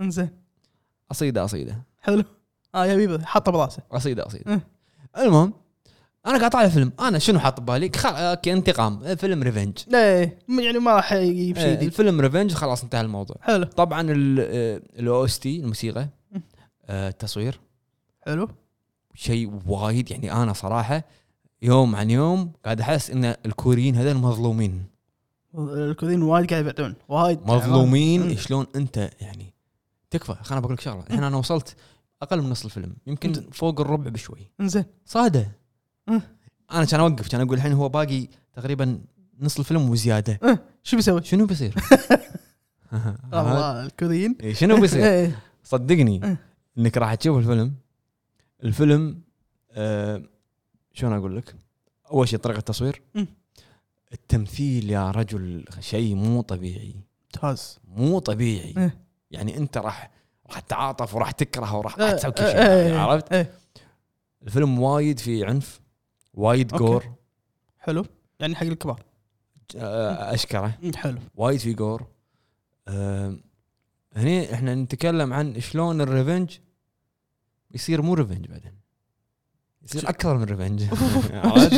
Speaker 1: زين
Speaker 2: اصيده اصيده
Speaker 1: حلو اه يا بيبه حاطه براسه
Speaker 2: اصيده اصيده
Speaker 1: أه.
Speaker 2: المهم انا قاعد طالع فيلم انا شنو حاط ببالي خل... اوكي انتقام فيلم ريفنج
Speaker 1: ايه م- يعني ما راح يجيب شيء جديد
Speaker 2: الفيلم ريفنج خلاص انتهى الموضوع
Speaker 1: حلو
Speaker 2: طبعا الاو اس آه، تي الموسيقى آه، التصوير
Speaker 1: حلو
Speaker 2: شيء وايد يعني انا صراحه يوم عن يوم قاعد احس ان الكوريين هذول مظلومين
Speaker 1: الكوريين وايد قاعد يبعدون وايد
Speaker 2: مظلومين
Speaker 1: مم.
Speaker 2: شلون انت يعني تكفى خليني بقول لك شغله الحين انا وصلت اقل من نص الفيلم يمكن فوق الربع بشوي
Speaker 1: زين
Speaker 2: صاده
Speaker 1: أه.
Speaker 2: انا كان اوقف كان اقول الحين هو باقي تقريبا نص الفيلم وزياده
Speaker 1: شو بيسوي؟
Speaker 2: شنو بيصير؟ (laughs)
Speaker 1: الله الكوريين
Speaker 2: إيه، شنو بيصير؟
Speaker 1: إيه.
Speaker 2: صدقني
Speaker 1: إيه.
Speaker 2: انك راح تشوف الفيلم الفيلم آه شلون اقول لك؟ اول شيء طريقه التصوير
Speaker 1: مم.
Speaker 2: التمثيل يا رجل شيء مو طبيعي
Speaker 1: ممتاز
Speaker 2: مو طبيعي
Speaker 1: إيه.
Speaker 2: يعني انت راح راح تتعاطف وراح تكرهه وراح راح
Speaker 1: إيه،
Speaker 2: تسوي كل
Speaker 1: إيه،
Speaker 2: شيء
Speaker 1: إيه،
Speaker 2: عرفت؟
Speaker 1: إيه.
Speaker 2: الفيلم وايد فيه عنف وايد
Speaker 1: أوكي.
Speaker 2: جور
Speaker 1: حلو يعني حق الكبار
Speaker 2: آه، اشكره
Speaker 1: مم، (laughs) حلو
Speaker 2: وايد فيه جور آه، هني احنا نتكلم عن شلون الريفنج يصير مو ريفنج بعدين يصير اكثر من
Speaker 1: (laughs)
Speaker 2: ريفنج عرفت؟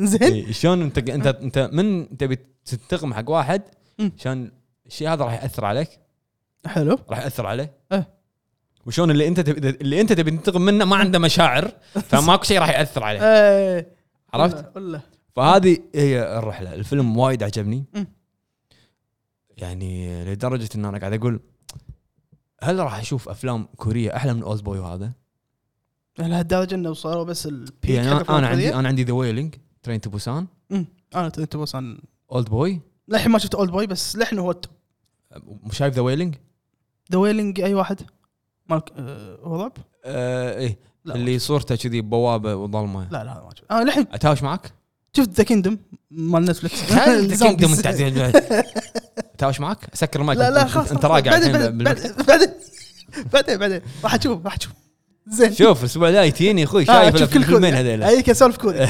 Speaker 1: زين
Speaker 2: إيه، شلون انت انت انت من تبي تنتقم حق واحد
Speaker 1: آه. مم.
Speaker 2: عشان الشيء هذا راح ياثر عليك
Speaker 1: حلو
Speaker 2: راح ياثر عليه
Speaker 1: إيه.
Speaker 2: وشلون اللي انت تبي
Speaker 1: (laughs)
Speaker 2: اللي
Speaker 1: آه.
Speaker 2: انت تبي تنتقم منه ما عنده مشاعر فماكو شيء راح ياثر عليه
Speaker 1: إيه.
Speaker 2: عرفت؟
Speaker 1: ولا
Speaker 2: فهذه هي الرحله الفيلم وايد عجبني
Speaker 1: مم.
Speaker 2: يعني لدرجه ان انا قاعد اقول هل راح اشوف افلام كوريه احلى من اوز بوي وهذا؟
Speaker 1: لهالدرجه انه صاروا بس البيك
Speaker 2: يعني
Speaker 1: حق
Speaker 2: انا انا عندي
Speaker 1: الكورية.
Speaker 2: انا عندي ذا ويلينج ترين تو بوسان
Speaker 1: مم. انا انت بس عن
Speaker 2: اولد بوي
Speaker 1: للحين ما شفت اولد بوي بس للحين هو التوب
Speaker 2: شايف ذا ويلينج؟
Speaker 1: ذا ويلينج اي واحد مالك آه، هو رعب؟
Speaker 2: آه ايه
Speaker 1: إيه. لا
Speaker 2: اللي صورته كذي بوابه وظلمه
Speaker 1: لا لا هذا ما شفت انا للحين (laughs)
Speaker 2: اتهاوش معك؟
Speaker 1: شفت ذا كيندم مال
Speaker 2: (laughs)
Speaker 1: نتفلكس (laughs)
Speaker 2: كينجدم انت اتهاوش معك؟ سكر المايك
Speaker 1: لا لا
Speaker 2: أنت-
Speaker 1: خلاص
Speaker 2: انت راقع
Speaker 1: بعدين
Speaker 2: الحين
Speaker 1: بعدين
Speaker 2: بالمكتب.
Speaker 1: بعدين بعدين بعدين راح اشوف راح اشوف زين
Speaker 2: شوف الاسبوع الجاي تجيني اخوي
Speaker 1: آه،
Speaker 2: شايف
Speaker 1: أشوف كل
Speaker 2: الفيلمين
Speaker 1: كوري.
Speaker 2: هذيلا
Speaker 1: اي كسولف
Speaker 2: (laughs)
Speaker 1: كوري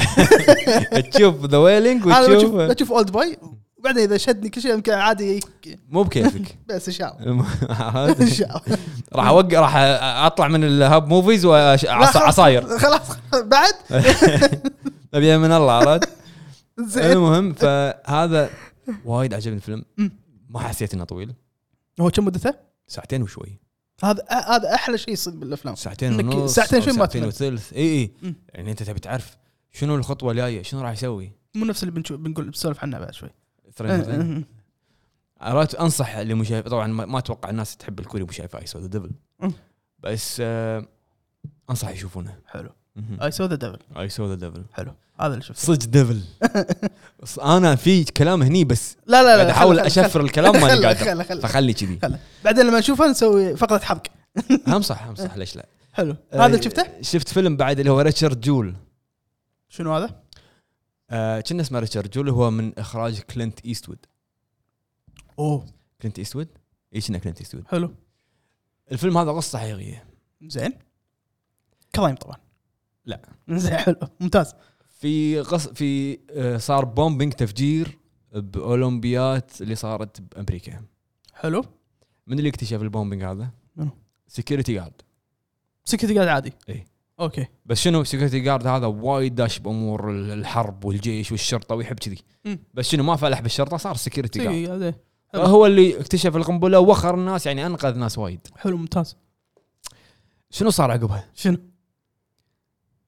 Speaker 2: تشوف ذا ويلينج
Speaker 1: انا بشوف
Speaker 2: وتشوف
Speaker 1: بشوف اولد بوي وبعدين اذا شدني كل شيء يمكن عادي (laughs)
Speaker 2: مو بكيفك
Speaker 1: بس ان
Speaker 2: (laughs)
Speaker 1: شاء الله ان
Speaker 2: عرفت؟
Speaker 1: شاء الله
Speaker 2: راح اوقف راح اطلع من الهاب موفيز
Speaker 1: لا، خلاص.
Speaker 2: وعصاير
Speaker 1: خلاص بعد
Speaker 2: ابي من الله عرفت
Speaker 1: (laughs) زين
Speaker 2: المهم فهذا وايد عجبني الفيلم ما حسيت انه طويل
Speaker 1: هو كم مدته؟
Speaker 2: ساعتين وشوي
Speaker 1: أه. هذا هذا احلى شيء يصير بالافلام
Speaker 2: ساعتين
Speaker 1: إنك
Speaker 2: ونص
Speaker 1: ساعتين
Speaker 2: أو
Speaker 1: شوي ما
Speaker 2: ساعتين
Speaker 1: تمل.
Speaker 2: وثلث اي اي
Speaker 1: مم. إيه،
Speaker 2: يعني انت تبي تعرف شنو الخطوه الجايه شنو راح يسوي
Speaker 1: مو نفس اللي بنشوف بنقول بنسولف عنها بعد شوي أه،
Speaker 2: عرفت انصح اللي مو شايف طبعا ما ما اتوقع الناس تحب الكوري مو شايف ايس ذا ديفل
Speaker 1: مم.
Speaker 2: بس آه، انصح يشوفونه
Speaker 1: أه. حلو اي سو ذا دبل
Speaker 2: اي سو ذا ديفل
Speaker 1: حلو هذا اللي شفته
Speaker 2: صدق ديفل ص- انا في كلام هني بس
Speaker 1: لا لا
Speaker 2: قاعد
Speaker 1: لا
Speaker 2: احاول
Speaker 1: خل- خل-
Speaker 2: اشفر الكلام
Speaker 1: خل-
Speaker 2: ماني
Speaker 1: خل-
Speaker 2: قادر
Speaker 1: خل- خل-
Speaker 2: فخلي كذي
Speaker 1: خل- بعدين لما نشوفه نسوي فقره حبك
Speaker 2: امصح امصح ليش لا
Speaker 1: حلو هذا اللي
Speaker 2: آه،
Speaker 1: شفته
Speaker 2: شفت فيلم بعد اللي هو ريتشارد جول
Speaker 1: شنو هذا؟
Speaker 2: آه، كنا اسمه ريتشارد جول هو من اخراج كلينت ايستوود
Speaker 1: اوه
Speaker 2: كلينت ايستوود اي كنا كلينت ايستوود
Speaker 1: حلو
Speaker 2: الفيلم هذا قصه حقيقيه
Speaker 1: زين كرايم طبعا
Speaker 2: لا.
Speaker 1: زين حلو ممتاز
Speaker 2: في قص في آه، صار بومبينج تفجير باولمبيات اللي صارت بامريكا
Speaker 1: حلو
Speaker 2: من اللي اكتشف البومبينج هذا؟
Speaker 1: منو؟
Speaker 2: سكيورتي جارد
Speaker 1: سكت قاعد عادي
Speaker 2: إيه.
Speaker 1: اوكي
Speaker 2: بس شنو سكيورتي جارد هذا وايد داش بامور ال- الحرب والجيش والشرطه ويحب كذي
Speaker 1: مم.
Speaker 2: بس شنو ما فلح بالشرطه صار سكيورتي جارد
Speaker 1: سكت قاعد حلو.
Speaker 2: هو اللي اكتشف القنبله وخر الناس يعني انقذ ناس وايد
Speaker 1: حلو ممتاز
Speaker 2: شنو صار عقبها؟
Speaker 1: شنو؟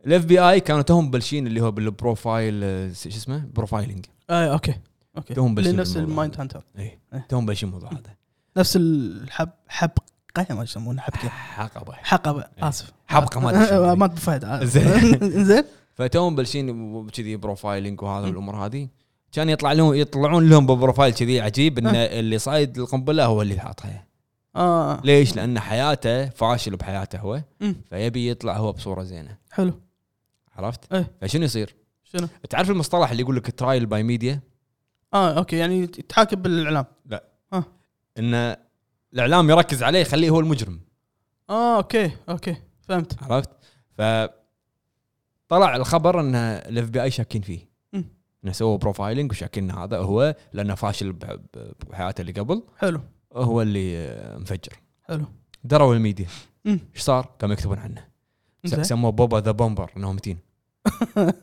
Speaker 2: الاف بي اي كانوا توهم بلشين اللي هو بالبروفايل آه، شو اسمه؟ بروفايلنج
Speaker 1: اي اوكي اوكي
Speaker 2: توهم بس
Speaker 1: آه، اللي نفس
Speaker 2: الموضوع.
Speaker 1: المايند هانتر
Speaker 2: اي
Speaker 1: إيه.
Speaker 2: توهم بلشين الموضوع هذا
Speaker 1: نفس الحب حبقه ما يسمونها حبقه
Speaker 2: (laughs) حقبه
Speaker 1: حقبه اسف
Speaker 2: حبقه إيه. ما أدري
Speaker 1: (laughs)
Speaker 2: شنو.
Speaker 1: ما بفايد
Speaker 2: زين.
Speaker 1: (laughs) زين
Speaker 2: فتوهم بلشين كذي بروفايلنج وهذا الامور هذه كان يطلع لهم يطلعون لهم ببروفايل كذي عجيب ان اللي صايد القنبله هو اللي حاطها
Speaker 1: اه
Speaker 2: ليش؟ لان حياته فاشل بحياته هو
Speaker 1: مم.
Speaker 2: فيبي يطلع هو بصوره زينه
Speaker 1: حلو
Speaker 2: عرفت؟
Speaker 1: إيه.
Speaker 2: فشنو يصير؟
Speaker 1: شنو؟
Speaker 2: تعرف المصطلح اللي يقول لك ترايل باي ميديا
Speaker 1: اه اوكي يعني تحاكم بالاعلام
Speaker 2: ان الاعلام يركز عليه يخليه هو المجرم
Speaker 1: اه اوكي اوكي فهمت
Speaker 2: عرفت؟ ف طلع الخبر ان الاف بي اي شاكين فيه
Speaker 1: مم.
Speaker 2: انه سووا بروفايلنج وشاكين إن هذا هو لانه فاشل بح- بحياته اللي قبل
Speaker 1: حلو
Speaker 2: هو اللي آه، مفجر
Speaker 1: حلو
Speaker 2: دروا الميديا
Speaker 1: مم.
Speaker 2: ايش صار؟ قاموا يكتبون عنه س-
Speaker 1: زين.
Speaker 2: سموه بوبا ذا بومبر
Speaker 1: (laughs)
Speaker 2: انهم متين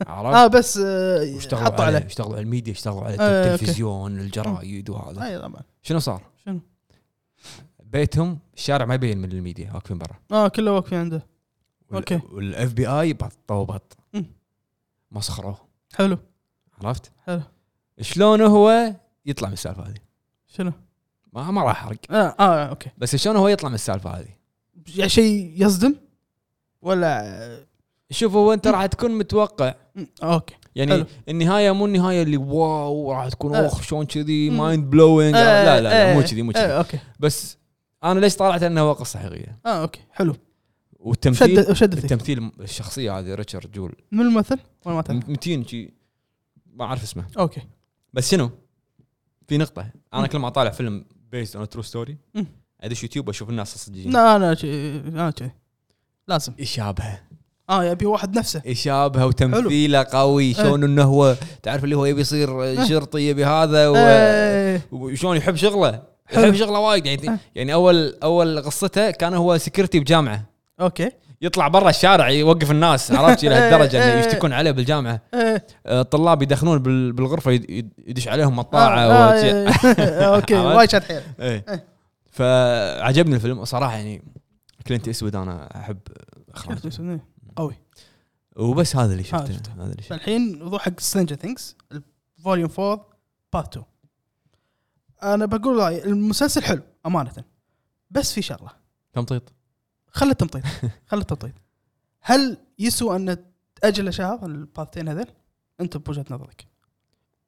Speaker 2: عرفت؟
Speaker 1: اه بس آه،
Speaker 2: واشتغلوا
Speaker 1: حطوا عليه
Speaker 2: اشتغلوا على الميديا اشتغلوا على
Speaker 1: آه، أوكي. طيب.
Speaker 2: التلفزيون الجرايد وهذا
Speaker 1: اي طبعا
Speaker 2: شنو صار؟
Speaker 1: آه، شنو؟
Speaker 2: بيتهم الشارع ما يبين من الميديا واقفين برا
Speaker 1: اه كله واقفين عنده أوكي.
Speaker 2: والاف بي اي بطوا بط
Speaker 1: مم.
Speaker 2: مسخروه
Speaker 1: حلو
Speaker 2: عرفت؟
Speaker 1: حلو.
Speaker 2: شلون هو يطلع من السالفه هذه؟
Speaker 1: شنو؟
Speaker 2: ما, ما راح احرق
Speaker 1: اه اه اوكي
Speaker 2: بس شلون هو يطلع من السالفه هذه؟
Speaker 1: يعني شيء يصدم ولا آه،
Speaker 2: شوف هو انت راح تكون متوقع
Speaker 1: مم، اوكي
Speaker 2: يعني
Speaker 1: حلو.
Speaker 2: حلو. النهايه مو النهايه اللي واو راح تكون
Speaker 1: آه.
Speaker 2: اخ شلون كذي
Speaker 1: مم.
Speaker 2: مايند بلوينج
Speaker 1: آه،
Speaker 2: لا لا, لا مو
Speaker 1: آه،
Speaker 2: كذي مو كذي
Speaker 1: آه اوكي
Speaker 2: بس انا ليش طلعت انه هو قصه حقيقيه
Speaker 1: اه اوكي حلو
Speaker 2: والتمثيل
Speaker 1: شد شدتك
Speaker 2: التمثيل الشخصيه هذه ريتشارد جول
Speaker 1: من الممثل ولا إيه. ما تعرف؟
Speaker 2: متين شي ما اعرف اسمه
Speaker 1: اوكي
Speaker 2: بس شنو؟ في نقطه
Speaker 1: مم.
Speaker 2: انا كل ما اطالع فيلم بيست اون ترو ستوري
Speaker 1: مم.
Speaker 2: ادش يوتيوب اشوف الناس الصجيين
Speaker 1: لا انا شي- انا شي. لازم
Speaker 2: يشابهه
Speaker 1: اه يبي واحد نفسه
Speaker 2: يشابهه وتمثيله
Speaker 1: إيه.
Speaker 2: قوي شلون انه هو تعرف اللي هو يبي يصير شرطي يبي هذا و...
Speaker 1: إيه.
Speaker 2: وشلون يحب شغله
Speaker 1: حلو.
Speaker 2: يحب شغله وايد يعني
Speaker 1: أه.
Speaker 2: يعني اول اول قصته كان هو سكرتي بجامعه
Speaker 1: اوكي
Speaker 2: يطلع برا الشارع يوقف الناس عرفت إلى هالدرجه
Speaker 1: (laughs) إيه.
Speaker 2: انه يشتكون عليه بالجامعه
Speaker 1: إيه.
Speaker 2: آه، الطلاب يدخلون بال- بالغرفه يد- يد- يدش عليهم
Speaker 1: آه،
Speaker 2: الطاعه
Speaker 1: آه،
Speaker 2: وشي-
Speaker 1: إيه. (laughs) اوكي
Speaker 2: عرفت؟
Speaker 1: وايد شاد حيل
Speaker 2: إيه. فعجبني الفيلم صراحه يعني كلينت اسود انا احب اخراجه
Speaker 1: قوي
Speaker 2: وبس هذا اللي شفته
Speaker 1: شفته.
Speaker 2: هذا اللي شفته
Speaker 1: فالحين وضوح حق سترينجر ثينكس فوليوم 4 بارت 2 انا بقول رايي المسلسل حلو امانه بس في شغله
Speaker 2: تمطيط
Speaker 1: خلى التمطيط خلى التمطيط هل يسوى ان تاجل شهر البارتين هذول؟ انت بوجهه نظرك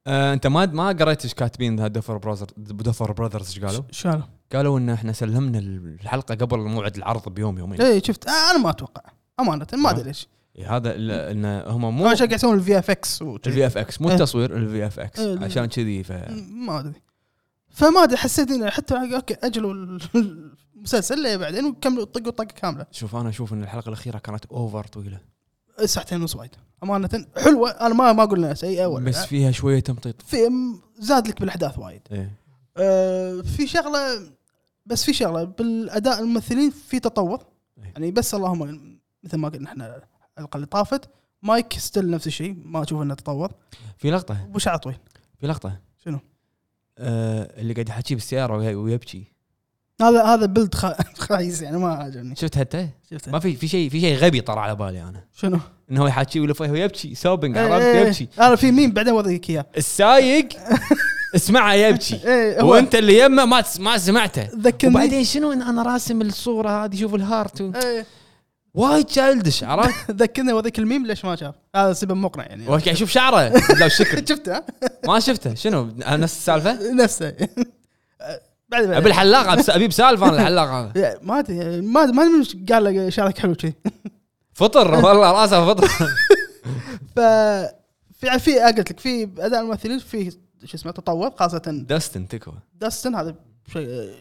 Speaker 2: آه انت ما ما قريت ايش كاتبين ذا دفر براذر دفر براذرز ايش قالوا؟
Speaker 1: شو قالوا؟
Speaker 2: قالوا ان احنا سلمنا الحلقه قبل موعد العرض بيوم يومين إيه،
Speaker 1: اي شفت آه انا ما اتوقع امانه ما ادري ليش
Speaker 2: هذا ال- ان هم مو
Speaker 1: انا شايف قاعد يسوون الفي اف اكس
Speaker 2: الفي اف اكس مو
Speaker 1: إيه.
Speaker 2: التصوير الفي اف اكس
Speaker 1: إيه.
Speaker 2: عشان كذي ف
Speaker 1: ما ادري فما ادري حسيت انه حتى اوكي اجلوا ال- (laughs) المسلسل لبعدين وكملوا طقوا طقه كامله
Speaker 2: شوف انا اشوف ان الحلقه الاخيره كانت اوفر طويله
Speaker 1: ساعتين ونص وايد امانه حلوه انا ما ما اقول لها سيئه إيه، ولا
Speaker 2: بس فيها شويه تمطيط
Speaker 1: في زاد لك بالاحداث وايد
Speaker 2: ايه
Speaker 1: أه في شغله بس في شغله بالاداء الممثلين في تطور
Speaker 2: إيه.
Speaker 1: يعني بس اللهم مثل ما قلنا احنا الحلقه اللي طافت مايك ستيل نفس الشيء ما اشوف انه تطور
Speaker 2: في لقطه
Speaker 1: ابو شعر طويل
Speaker 2: في لقطه
Speaker 1: شنو؟
Speaker 2: آه اللي قاعد يحكي بالسياره وي- ويبكي
Speaker 1: هذا هذا بلد خ- (laughs) خايس يعني ما عجبني
Speaker 2: شفت حتى
Speaker 1: شفته
Speaker 2: ما في في شيء في شيء غبي طلع على بالي انا
Speaker 1: شنو؟
Speaker 2: انه هو يحكي ولفه هو يبكي سوبنج عرفت
Speaker 1: إيه،
Speaker 2: يبكي
Speaker 1: إيه. انا في مين بعدين وضعك اياه
Speaker 2: السايق اسمعه يبكي
Speaker 1: (laughs) إيه، هو
Speaker 2: وانت اللي يمه ما تس- ما سمعته
Speaker 1: ذكرني
Speaker 2: وبعدين شنو إن انا راسم الصوره هذه شوف الهارت و-
Speaker 1: إيه،
Speaker 2: وايد تشايلدش عرفت
Speaker 1: ذكرني وضعك الميم ليش ما شاف هذا سبب مقنع يعني
Speaker 2: وقاعد اشوف شعره لو شكر
Speaker 1: (laughs) شفته ها؟
Speaker 2: ما شفته شنو نفس السالفه
Speaker 1: (laughs) نفسه بعد
Speaker 2: ابي
Speaker 1: بعد
Speaker 2: الحلاق أبس- ابي بسالفه انا الحلاق هذا
Speaker 1: ما ادري ما ما ادري وش قال لك شارك حلو شيء
Speaker 2: فطر والله راسه فطر
Speaker 1: (laughs)
Speaker 2: (laughs)
Speaker 1: ف في في قلت لك في اداء الممثلين في شو اسمه تطور خاصه
Speaker 2: داستن تكوى
Speaker 1: داستن هذا شيء آه،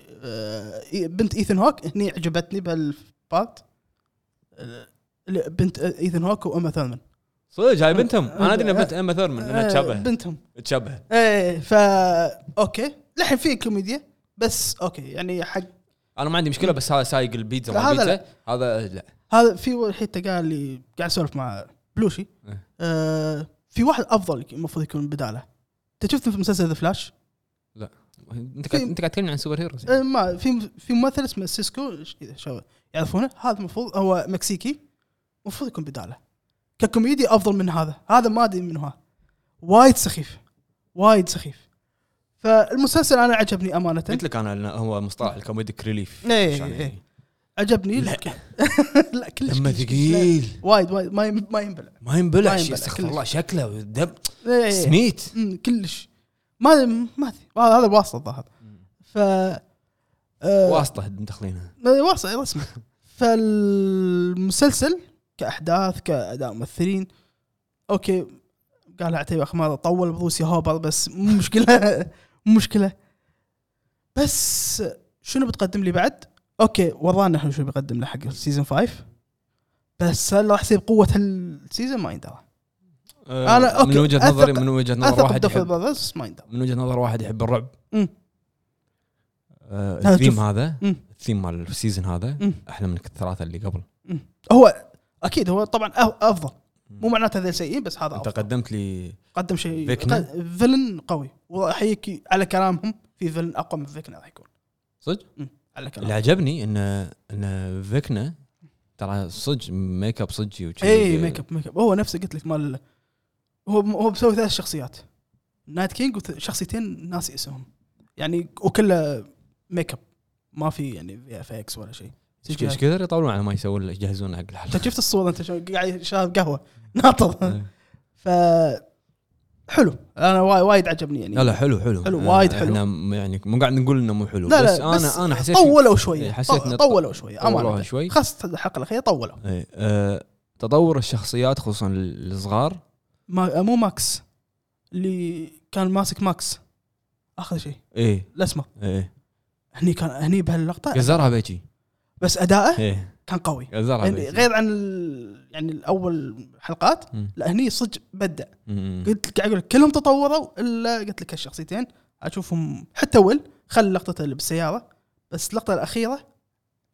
Speaker 1: آه، بنت ايثن هوك هني عجبتني بهالبارت آه، بنت ايثن هوك واما ثيرمان
Speaker 2: صدق هاي بنتهم انا ادري إن بنت اما ثيرمن انها
Speaker 1: آه،
Speaker 2: تشبه
Speaker 1: بنتهم
Speaker 2: تشبه
Speaker 1: ايه فا اوكي للحين في كوميديا بس اوكي يعني حق
Speaker 2: انا ما عندي مشكله بس هذا سايق البيتزا
Speaker 1: لا،
Speaker 2: مال
Speaker 1: هذا
Speaker 2: البيتزا هذا لا
Speaker 1: هذا في واحد حتى قال لي قاعد اسولف مع بلوشي
Speaker 2: إيه.
Speaker 1: آه في واحد افضل المفروض يكون بداله انت شفت في مسلسل ذا فلاش؟
Speaker 2: انت قاعد انت قاعد تتكلم عن سوبر هيروز
Speaker 1: آه ما في في ممثل اسمه سيسكو ش- شو يعرفونه هذا المفروض هو مكسيكي المفروض يكون بداله ككوميدي افضل من هذا هذا ما ادري من هو وايد سخيف وايد سخيف فالمسلسل انا عجبني امانه
Speaker 2: قلت لك انا إنه هو مصطلح الكوميديك ريليف
Speaker 1: إيه،
Speaker 2: عشان
Speaker 1: إيه.
Speaker 2: يعني.
Speaker 1: عجبني
Speaker 2: لا.
Speaker 1: (laughs) لا كلش
Speaker 2: دمه
Speaker 1: كلش- كلش-
Speaker 2: ثقيل
Speaker 1: لا، وايد وايد ما يم- ما ينبلع
Speaker 2: ما
Speaker 1: ما
Speaker 2: ينبلع شيء
Speaker 1: ينبلع،
Speaker 2: استغفر
Speaker 1: كلش.
Speaker 2: الله شكله دم
Speaker 1: إيه.
Speaker 2: سميت
Speaker 1: امم كلش ما ما أدري. هذا هذا واسطه الظاهر ف آه،
Speaker 2: واسطه مدخلينها
Speaker 1: واسطه رسمي فالمسلسل كاحداث كاداء ممثلين اوكي قال عتيبي اخمار طول بروسي هوبر بس مو مشكله مو مشكله بس شنو بتقدم لي بعد؟ اوكي ورانا احنا شنو بيقدم لنا حق سيزون 5 بس هل راح يصير قوه هالسيزون ما يندرى
Speaker 2: آه،
Speaker 1: أنا أوكي،
Speaker 2: من وجهه نظري
Speaker 1: أثق-
Speaker 2: من وجهه نظر
Speaker 1: اثق
Speaker 2: واحد
Speaker 1: بدفل
Speaker 2: يحب
Speaker 1: براذرز ما يندرى
Speaker 2: من وجهه نظر واحد يحب الرعب
Speaker 1: أمم.
Speaker 2: آه،
Speaker 1: لا،
Speaker 2: الثيم
Speaker 1: شوف.
Speaker 2: هذا
Speaker 1: أمم.
Speaker 2: الثيم مال السيزون هذا
Speaker 1: أمم.
Speaker 2: احلى من الثلاثه اللي قبل
Speaker 1: مم. هو اكيد هو طبعا أف- افضل مو معناته هذول سيئين بس هذا
Speaker 2: انت
Speaker 1: افضل
Speaker 2: قدمت لي
Speaker 1: قدم شيء
Speaker 2: فيكنا؟
Speaker 1: قد- فيلن قوي واحييك على كلامهم في فيلن اقوى من فيكنا راح يكون
Speaker 2: صدق
Speaker 1: مم. على
Speaker 2: اللي
Speaker 1: كلامهم
Speaker 2: عجبني انه انه فيكنا ترى صدق ميك اب صجي وشي
Speaker 1: اي ميك اب ميك اب هو نفسه قلت لك مال هو هو مسوي ثلاث شخصيات نايت كينج وشخصيتين ناسي اسمهم يعني وكله ميك اب ما في يعني اف اكس ولا شيء
Speaker 2: ايش إيش كثر يطولون على ما يسوون له- يجهزون حق الحلقه
Speaker 1: انت شفت الصوره انت شو- قاعد شاب قهوه (laughs) ناطر
Speaker 2: إيه.
Speaker 1: ف حلو انا وا- وايد عجبني يعني
Speaker 2: لا لا حلو حلو
Speaker 1: حلو، وايد
Speaker 2: آه،
Speaker 1: حلو.
Speaker 2: احنا م- يعني مو قاعد نقول انه مو حلو
Speaker 1: لا، لا،
Speaker 2: بس
Speaker 1: بس
Speaker 2: انا انا حسيت
Speaker 1: طولوا
Speaker 2: إيه،
Speaker 1: شويه
Speaker 2: حسيت
Speaker 1: طو-
Speaker 2: إن
Speaker 1: طولوا شويه
Speaker 2: طولوها
Speaker 1: امانه
Speaker 2: شوي
Speaker 1: خاصه الحلقه الأخيرة طولوا
Speaker 2: إيه، آه، تطور الشخصيات خصوصا الصغار
Speaker 1: ما آه، مو ماكس اللي كان ماسك ماكس اخر شيء
Speaker 2: ايه
Speaker 1: الاسمر
Speaker 2: ايه
Speaker 1: هني كان هني بهاللقطه
Speaker 2: قزرها بيجي
Speaker 1: بس اداءه
Speaker 2: ايه
Speaker 1: كان قوي
Speaker 2: قزرها
Speaker 1: يعني
Speaker 2: بيجي
Speaker 1: غير عن ال- يعني الاول حلقات
Speaker 2: مم.
Speaker 1: لا هني صدق بدع
Speaker 2: مم.
Speaker 1: قلت لك اقول لك كلهم تطوروا الا قلت لك هالشخصيتين اشوفهم حتى ويل خلي لقطته اللي بالسياره بس اللقطه الاخيره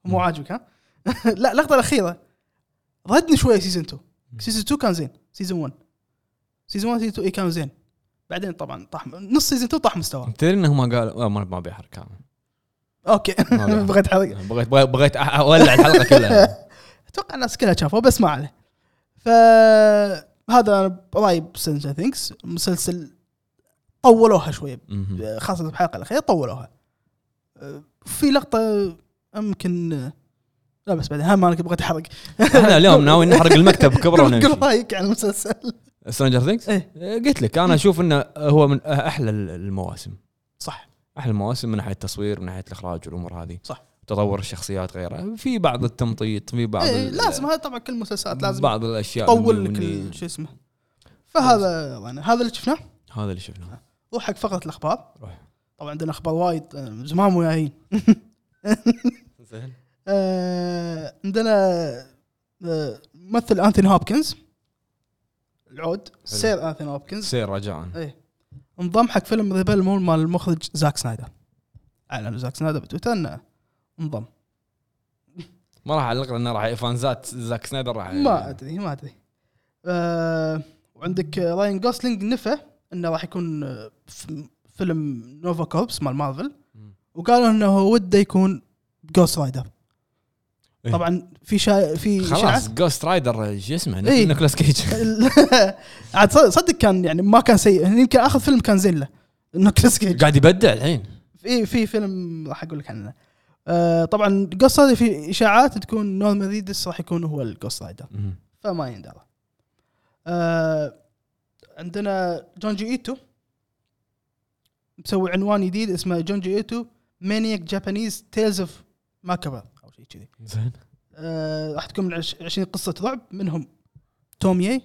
Speaker 1: مو
Speaker 2: مم.
Speaker 1: عاجبك ها (laughs) لا اللقطه الاخيره ردني شويه سيزون 2
Speaker 2: مم.
Speaker 1: سيزون 2 كان زين سيزون 1 سيزون 1 سيزون 2 اي كانوا إيه، زين بعدين طبعا طاح نص سيزون 2 طاح مستواه
Speaker 2: تدري انهم قالوا آه، ما ما بيحرك أنا.
Speaker 1: اوكي
Speaker 2: ما
Speaker 1: (laughs) بغيت حرق (laughs)
Speaker 2: بغيت بغيت أ- أ- اولع الحلقه كلها
Speaker 1: اتوقع الناس كلها شافوه بس ما عليه ف فهذا رايي بسنجر ثينكس مسلسل طولوها شويه
Speaker 2: مهم.
Speaker 1: خاصه الحلقه الاخيره طولوها أه، في لقطه يمكن لا بس بعدين هم انا بغيت احرق
Speaker 2: احنا اليوم ناوي نحرق المكتب كبره
Speaker 1: قول
Speaker 2: ونمشي
Speaker 1: قول رايك عن المسلسل
Speaker 2: سترينجر ثينكس
Speaker 1: إيه.
Speaker 2: قلت لك انا اشوف انه هو من احلى المواسم
Speaker 1: صح
Speaker 2: احلى المواسم من ناحيه التصوير من ناحيه الاخراج والامور هذه
Speaker 1: صح.
Speaker 2: تطور الشخصيات غيره في بعض التمطيط في بعض
Speaker 1: إيه
Speaker 2: ال-
Speaker 1: لازم هذا طبعا كل المسلسلات لازم
Speaker 2: بعض الاشياء
Speaker 1: طول
Speaker 2: اللي-
Speaker 1: لك
Speaker 2: اللي-
Speaker 1: ال- شو اسمه فهذا يعني هذا اللي شفناه
Speaker 2: هذا اللي شفناه
Speaker 1: نروح حق فقره الاخبار
Speaker 2: روح.
Speaker 1: طبعا عندنا اخبار وايد آه، زمان وياين
Speaker 2: زين
Speaker 1: آه، عندنا آه، ممثل انثوني هوبكنز العود سير انثوني هوبكنز
Speaker 2: سير رجاء
Speaker 1: ايه انضم حق فيلم ذا بيل مول مال المخرج زاك سنايدر اعلن زاك سنايدر بتويتر انه انضم
Speaker 2: ما راح اعلق لانه راح فانزات زاك سنايدر راح
Speaker 1: ما ادري ما ادري آه، وعندك آه، راين جوسلينج نفى انه راح يكون آه، ف- فيلم نوفا كوبس مال مارفل
Speaker 2: مم.
Speaker 1: وقالوا انه وده يكون جوست رايدر
Speaker 2: إيه.
Speaker 1: طبعا في شا... في شعر-
Speaker 2: خلاص جوست رايدر شو اسمه
Speaker 1: إيه. (laughs)
Speaker 2: نيكولاس كيج
Speaker 1: عاد صد- صدق كان يعني ما كان سيء يمكن اخر فيلم كان زين له نيكولاس كيج
Speaker 2: قاعد يبدع الحين
Speaker 1: في في فيلم راح اقول لك عنه آه طبعا قصة هذه في اشاعات تكون نورمان ريدس راح يكون هو الجوست رايدر
Speaker 2: مم.
Speaker 1: فما يندرى آه عندنا جون جي ايتو مسوي عنوان جديد اسمه جون جي ايتو مانياك جابانيز تيلز اوف ماكابر او شيء كذي
Speaker 2: زين
Speaker 1: آه، راح تكون من عش- 20 قصه رعب منهم تومياي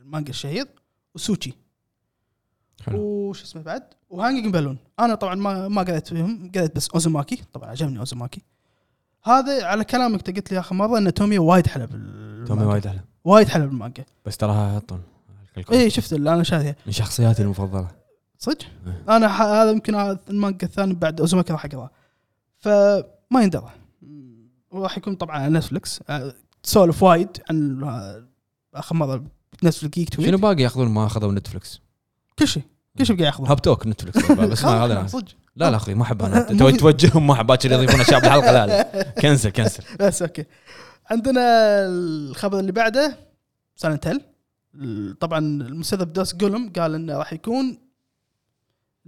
Speaker 1: المانجا الشهير وسوتشي
Speaker 2: حلو
Speaker 1: وش اسمه بعد وهانجينج بالون انا طبعا ما ما قريت فيهم قريت بس اوزوماكي طبعا عجبني اوزوماكي هذا على كلامك انت قلت لي اخر مره ان تومي وايد حلى بال
Speaker 2: تومي وايد احلى
Speaker 1: وايد حلى بالمانجا
Speaker 2: بس تراها يحطون الكل-
Speaker 1: اي شفت اللي انا شايفه
Speaker 2: من شخصياتي المفضله
Speaker 1: صدق
Speaker 2: إيه.
Speaker 1: انا ح- هذا يمكن هذا المانجا الثاني بعد اوزوماكي راح اقراه فما يندرى وراح يكون طبعا على نتفلكس أه، تسولف وايد عن أه، اخر مره نتفلكس جيك
Speaker 2: شنو
Speaker 1: تويت
Speaker 2: باقي ياخذون ما اخذوا نتفلكس
Speaker 1: كل شيء كل شيء قاعد ياخذه
Speaker 2: هاب توك نتفلكس بس ما هذا أنا-
Speaker 1: صدق
Speaker 2: لا لا اخوي ما احب انا
Speaker 1: (laughs)
Speaker 2: توي توجههم ما احب باكر يضيفون اشياء بالحلقه لا لا كنسل كنسل
Speaker 1: بس اوكي عندنا الخبر اللي بعده سايلنت هيل طبعا المسبب دوس جولم قال انه راح يكون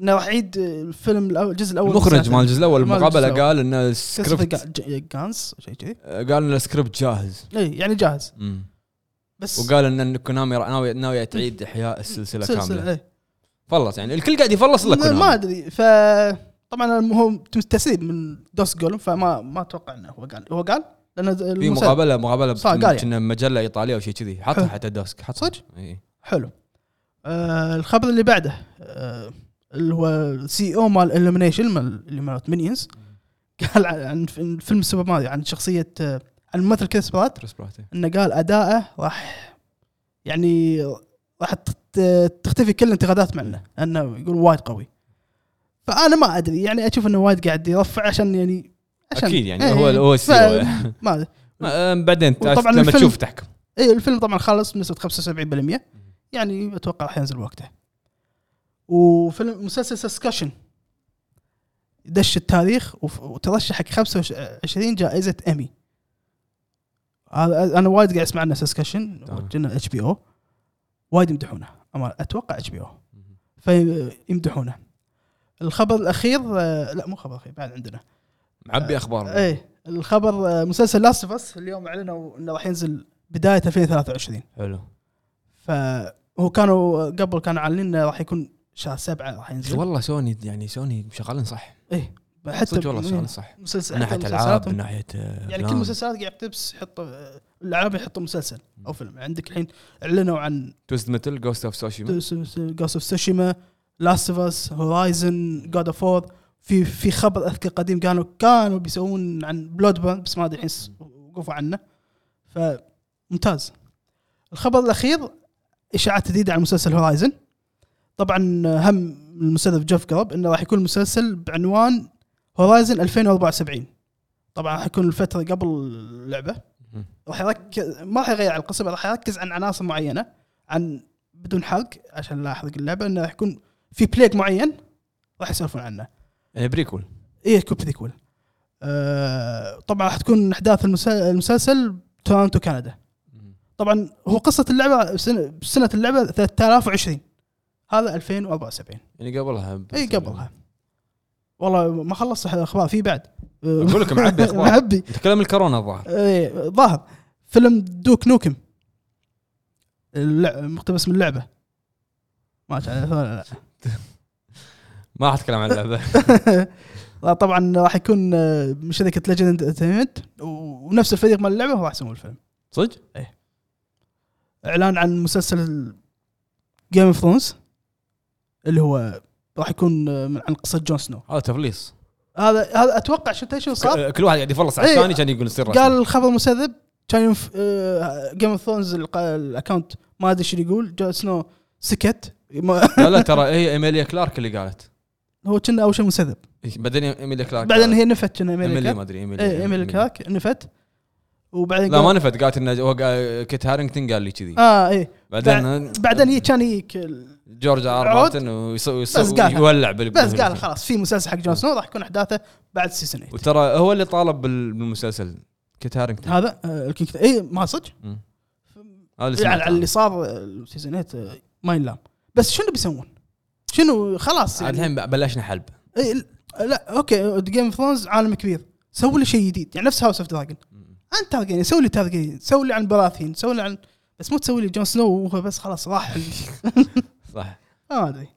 Speaker 1: انه راح يعيد الفيلم الأول- الجزء الاول
Speaker 2: المخرج مال الجزء الاول
Speaker 1: مال الجزء
Speaker 2: المقابله
Speaker 1: الأول.
Speaker 2: قال ان السكريبت
Speaker 1: جانس شيء كذي
Speaker 2: قال ان السكريبت جاهز
Speaker 1: اي يعني جاهز
Speaker 2: مم.
Speaker 1: بس
Speaker 2: وقال ان كونامي را- ناوي ناويه تعيد احياء السلسله
Speaker 1: سلسلة،
Speaker 2: كامله
Speaker 1: إيه.
Speaker 2: خلص يعني الكل قاعد يفلص الا
Speaker 1: ما
Speaker 2: كونامي
Speaker 1: ادري ف طبعا هو تسريب من دوس جولم فما ما اتوقع انه هو قال هو قال لان
Speaker 2: في
Speaker 1: المسلسل-
Speaker 2: مقابله مقابله
Speaker 1: صار قال يعني.
Speaker 2: كنا مجله ايطاليه او شيء كذي حطها
Speaker 1: حلو.
Speaker 2: حتى دوسك حط
Speaker 1: صدق؟ حلو آه الخبر اللي بعده آه اللي هو السي او مال الومنيشن مال اللي مالت مينيونز قال عن- عن ف- فيلم سوبر ماريو عن شخصيه آه عن ممثل كريس برات
Speaker 2: كريس برات إيه.
Speaker 1: انه قال اداءه راح يعني راح تخت- تختفي كل الانتقادات منه انه يقول وايد قوي فانا ما ادري يعني اشوف انه وايد قاعد يرفع عشان يعني عشان
Speaker 2: اكيد يعني
Speaker 1: إيه،
Speaker 2: هو هو
Speaker 1: ف-
Speaker 2: السي
Speaker 1: ما ادري
Speaker 2: (laughs) ما- آم، بعدين تع-
Speaker 1: وطبعاً
Speaker 2: لما
Speaker 1: الفيلم-
Speaker 2: تشوف تحكم
Speaker 1: اي إيه، الفيلم طبعا خلص بنسبه 75% يعني اتوقع راح ينزل وقته وفيلم مسلسل سسكشن دش التاريخ وف- وترشح حق 25 جائزه امي هذا انا وايد قاعد اسمع عنه سسكشن
Speaker 2: تمام.
Speaker 1: كنا اتش بي او وايد يمدحونه أما اتوقع اتش بي او فيمدحونه الخبر الاخير آه، لا مو خبر اخير بعد عندنا
Speaker 2: معبي اخبار
Speaker 1: ايه الخبر آه، مسلسل لاست اوف اس اليوم اعلنوا انه راح ينزل بدايه 2023
Speaker 2: حلو
Speaker 1: فهو كانوا قبل كانوا عالين انه راح يكون شهر سبعه راح
Speaker 2: بس
Speaker 1: ينزل
Speaker 2: والله سوني يعني سوني شغالين صح
Speaker 1: ايه حتى
Speaker 2: صدق والله
Speaker 1: إيه.
Speaker 2: شغالين صح
Speaker 1: مسلسل
Speaker 2: من
Speaker 1: حتى
Speaker 2: ناحيه العاب
Speaker 1: مسلسلاتهم.
Speaker 2: من ناحيه آه،
Speaker 1: يعني كل
Speaker 2: أفلام.
Speaker 1: مسلسلات قاعد تبس يحطوا آه، الالعاب يحطوا مسلسل او فيلم عندك الحين اعلنوا عن
Speaker 2: توست ميتل جوست اوف سوشيما
Speaker 1: جوست اوف سوشيما لاست اوف اس هورايزن جود اوف وور في في خبر اذكر قديم كانوا كانوا بيسوون عن بلود بان بس ما ادري الحين س- وقفوا عنه فممتاز الخبر الاخير اشاعات جديده عن مسلسل هورايزن طبعا هم المسلسل جيف قرب انه راح يكون المسلسل بعنوان هورايزن 2074 طبعا راح يكون الفتره قبل اللعبه
Speaker 2: مم.
Speaker 1: راح يركز ما راح يغير على القصه بس راح يركز عن عناصر معينه عن بدون حرق عشان لا احرق اللعبه انه راح يكون في بليك معين راح يسولفون عنه
Speaker 2: يعني بريكول
Speaker 1: اي كوب بريكول آه طبعا راح تكون احداث المسا- المسلسل تورنتو كندا طبعا هو قصه اللعبه بسنه, بسنة اللعبه 3020 هذا 2074
Speaker 2: يعني قبلها
Speaker 1: اي إيه، قبلها والله ما خلصت اخبار في بعد
Speaker 2: اقول
Speaker 1: (laughs)
Speaker 2: لك معبي اخبار
Speaker 1: معبي
Speaker 2: نتكلم الكورونا الظاهر
Speaker 1: اي ظاهر فيلم دوك نوكم اللع- مقتبس من اللعبه ما تعرف ولا لا
Speaker 2: ما راح اتكلم
Speaker 1: (laughs)
Speaker 2: عن اللعبه
Speaker 1: لا طبعا راح يكون آه، من شركه ليجند انترتينمنت ونفس الفريق مال اللعبه راح يسوون الفيلم
Speaker 2: صدق؟
Speaker 1: اعلان عن مسلسل جيم اوف ثرونز اللي هو راح يكون آه، من- عن قصه جون سنو
Speaker 2: هذا تفليص
Speaker 1: هذا هذا اتوقع شفت شو صار
Speaker 2: ك- كل واحد قاعد يفلص على
Speaker 1: إيه.
Speaker 2: الثاني كان يقول يصير رسمي.
Speaker 1: قال الخبر مسذب كان آه، جيم اوف ثرونز الاكونت ما ادري شو يقول جون سنو سكت ما- (laughs)
Speaker 2: لا لا ترى هي ايميليا كلارك اللي قالت
Speaker 1: هو كنا اول شيء مسذب
Speaker 2: إيه، بعدين ايميليا كلارك
Speaker 1: بعدين هي نفت كنا
Speaker 2: ايميليا
Speaker 1: ايميلي
Speaker 2: ما ادري
Speaker 1: اي ايميلي كلاك نفت وبعدين
Speaker 2: لا
Speaker 1: قال-
Speaker 2: ما نفت قالت انه هو قا- كيت هارينجتون قال لي كذي
Speaker 1: اه اي
Speaker 2: بعدين
Speaker 1: بعدين هي كان هيك ال-
Speaker 2: جورج ار
Speaker 1: عود.
Speaker 2: مارتن ويسوي
Speaker 1: بس قالها.
Speaker 2: يولع بال
Speaker 1: بس قال خلاص في مسلسل حق جون سنو راح يكون احداثه بعد سيزون 8
Speaker 2: وترى هو اللي طالب بال- بالمسلسل كيت هارينجتون
Speaker 1: هذا آه، الكينج اي ما صدق
Speaker 2: مم. هذا اللي سمعت
Speaker 1: على
Speaker 2: عنه.
Speaker 1: اللي صار آه، سيزون 8 آه، ما ينلام بس شنو بيسوون؟ شنو خلاص
Speaker 2: عاد
Speaker 1: يعني
Speaker 2: الحين بلشنا حلب
Speaker 1: إيه ال- لا اوكي جيم اوف ثرونز عالم كبير سووا لي شيء جديد يعني نفس هاوس اوف دراجون انت تارجين سوي لي تارجين سوي لي عن براثين سوي لي عن بس مو تسوي لي جون سنو وهو بس خلاص راح
Speaker 2: صح
Speaker 1: ما ادري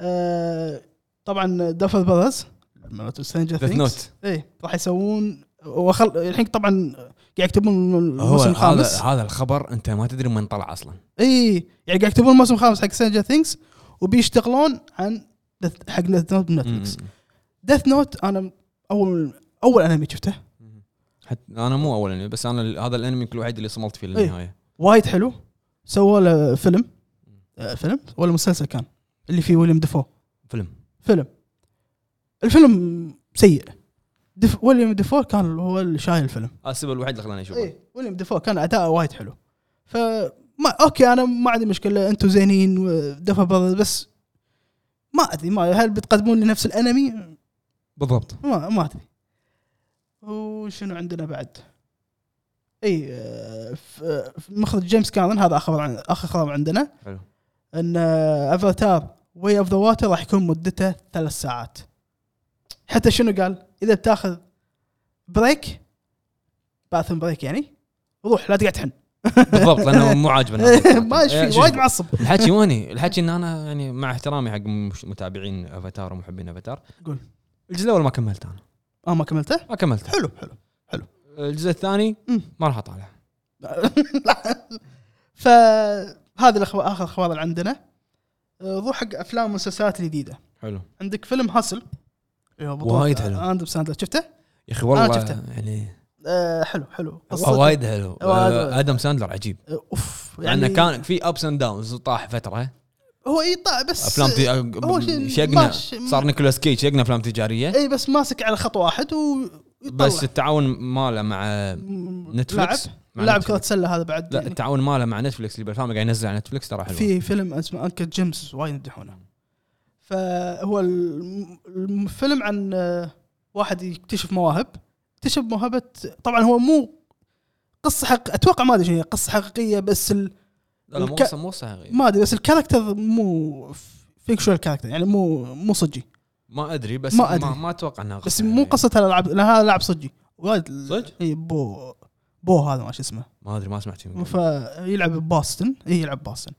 Speaker 1: آه، طبعا دافل براز مالت سترينجر
Speaker 2: ديث نوت
Speaker 1: اي إيه، راح يسوون وخل... الحين طبعا قاعد يكتبون
Speaker 2: هو
Speaker 1: الموسم
Speaker 2: هذا
Speaker 1: الخامس
Speaker 2: هذا الخبر انت ما تدري من طلع اصلا
Speaker 1: اي يعني قاعد يكتبون الموسم الخامس حق سترينجر ثينكس وبيشتغلون عن Death- حق ديث نوت بنتفلكس
Speaker 2: مم.
Speaker 1: ديث نوت انا اول اول انمي شفته
Speaker 2: حتى انا مو اول انمي بس انا ال- هذا الانمي الوحيد اللي صملت
Speaker 1: إيه.
Speaker 2: فيه للنهايه
Speaker 1: وايد حلو سووا له فيلم آه، فيلم ولا مسلسل كان اللي فيه ويليام ديفو
Speaker 2: فيلم
Speaker 1: فيلم الفيلم سيء دف... ويليام ديفو كان هو اللي شايل الفيلم
Speaker 2: هذا السبب الوحيد اللي خلاني اشوفه
Speaker 1: ايه ويليام ديفو كان اداءه وايد حلو فما اوكي انا ما عندي مشكله انتم زينين ودفا برا، بس ما ادري ما هل بتقدمون لي نفس الانمي
Speaker 2: بالضبط
Speaker 1: ما ما ادري وشنو عندنا بعد اي آه، ف- آه، مخرج جيمس كامرون هذا اخر عن اخر خبر عندنا آه،
Speaker 2: حلو
Speaker 1: ان افاتار واي اوف ذا واتر راح يكون مدته ثلاث ساعات حتى شنو قال اذا بتاخذ بريك باثن بريك يعني روح لا تقعد تحن (laughs)
Speaker 2: بالضبط لانه مو عاجبنا
Speaker 1: ما ايش
Speaker 2: إيه،
Speaker 1: في
Speaker 2: شو
Speaker 1: وايد
Speaker 2: اسمه؟
Speaker 1: معصب
Speaker 2: الحكي واني الحكي ان انا يعني مع احترامي حق مش- متابعين افاتار ومحبين افاتار
Speaker 1: قول.
Speaker 2: الجزء الاول ما كملت انا
Speaker 1: اه ما كملته
Speaker 2: ما كملته
Speaker 1: حلو حلو
Speaker 2: الجزء الثاني
Speaker 1: مم.
Speaker 2: ما راح اطالع
Speaker 1: فهذه الاخبار اخر اخبار اللي عندنا آه، روح حق افلام ومسلسلات الجديده
Speaker 2: حلو
Speaker 1: عندك فيلم هاسل
Speaker 2: وايد حلو.
Speaker 1: اندرو ساندلر شفته؟
Speaker 2: يا اخي والله
Speaker 1: أنا شفته.
Speaker 2: يعني
Speaker 1: آه حلو حلو قصته-
Speaker 2: وايد حلو
Speaker 1: وايد-
Speaker 2: آه، ادم ساندلر عجيب
Speaker 1: آه، اوف
Speaker 2: يعني لانه كان في ابس اند داونز وطاح فتره
Speaker 1: هو اي طا بس آه،
Speaker 2: افلام تي...
Speaker 1: هو شيء
Speaker 2: شقنا
Speaker 1: ماشي.
Speaker 2: آه، صار نيكولاس كيج شقنا افلام تجاريه
Speaker 1: اي بس ماسك على خط واحد ويطلع
Speaker 2: بس التعاون ماله مع نتفلكس مع
Speaker 1: لاعب كره
Speaker 2: نتفلكس.
Speaker 1: سله هذا بعد
Speaker 2: لا
Speaker 1: يعني
Speaker 2: التعاون ماله مع نتفلكس اللي بالفيلم قاعد ينزل على نتفلكس ترى حلو
Speaker 1: في فيلم اسمه انكل جيمس وايد يمدحونه فهو الم- الفيلم عن آه، واحد يكتشف مواهب اكتشف موهبه طبعا هو مو قصه حق اتوقع ما ادري شنو هي، قصه حقيقيه بس ال...
Speaker 2: لا لا مو
Speaker 1: الك-
Speaker 2: صح- مو صحيح
Speaker 1: ما ادري بس الكاركتر مو فيكشوال كاركتر يعني مو مو صجي
Speaker 2: ما ادري بس
Speaker 1: ما
Speaker 2: ما
Speaker 1: أدري.
Speaker 2: ما, ما اتوقع انها
Speaker 1: بس
Speaker 2: قصة يعني.
Speaker 1: مو
Speaker 2: حقيقية.
Speaker 1: قصه هذا لعب لان هذا لاعب صجي وايد
Speaker 2: صج؟
Speaker 1: اي بو بو هذا ما شو اسمه
Speaker 2: ما ادري ما سمعت فيه
Speaker 1: فيلعب بباستن اي يلعب بباستن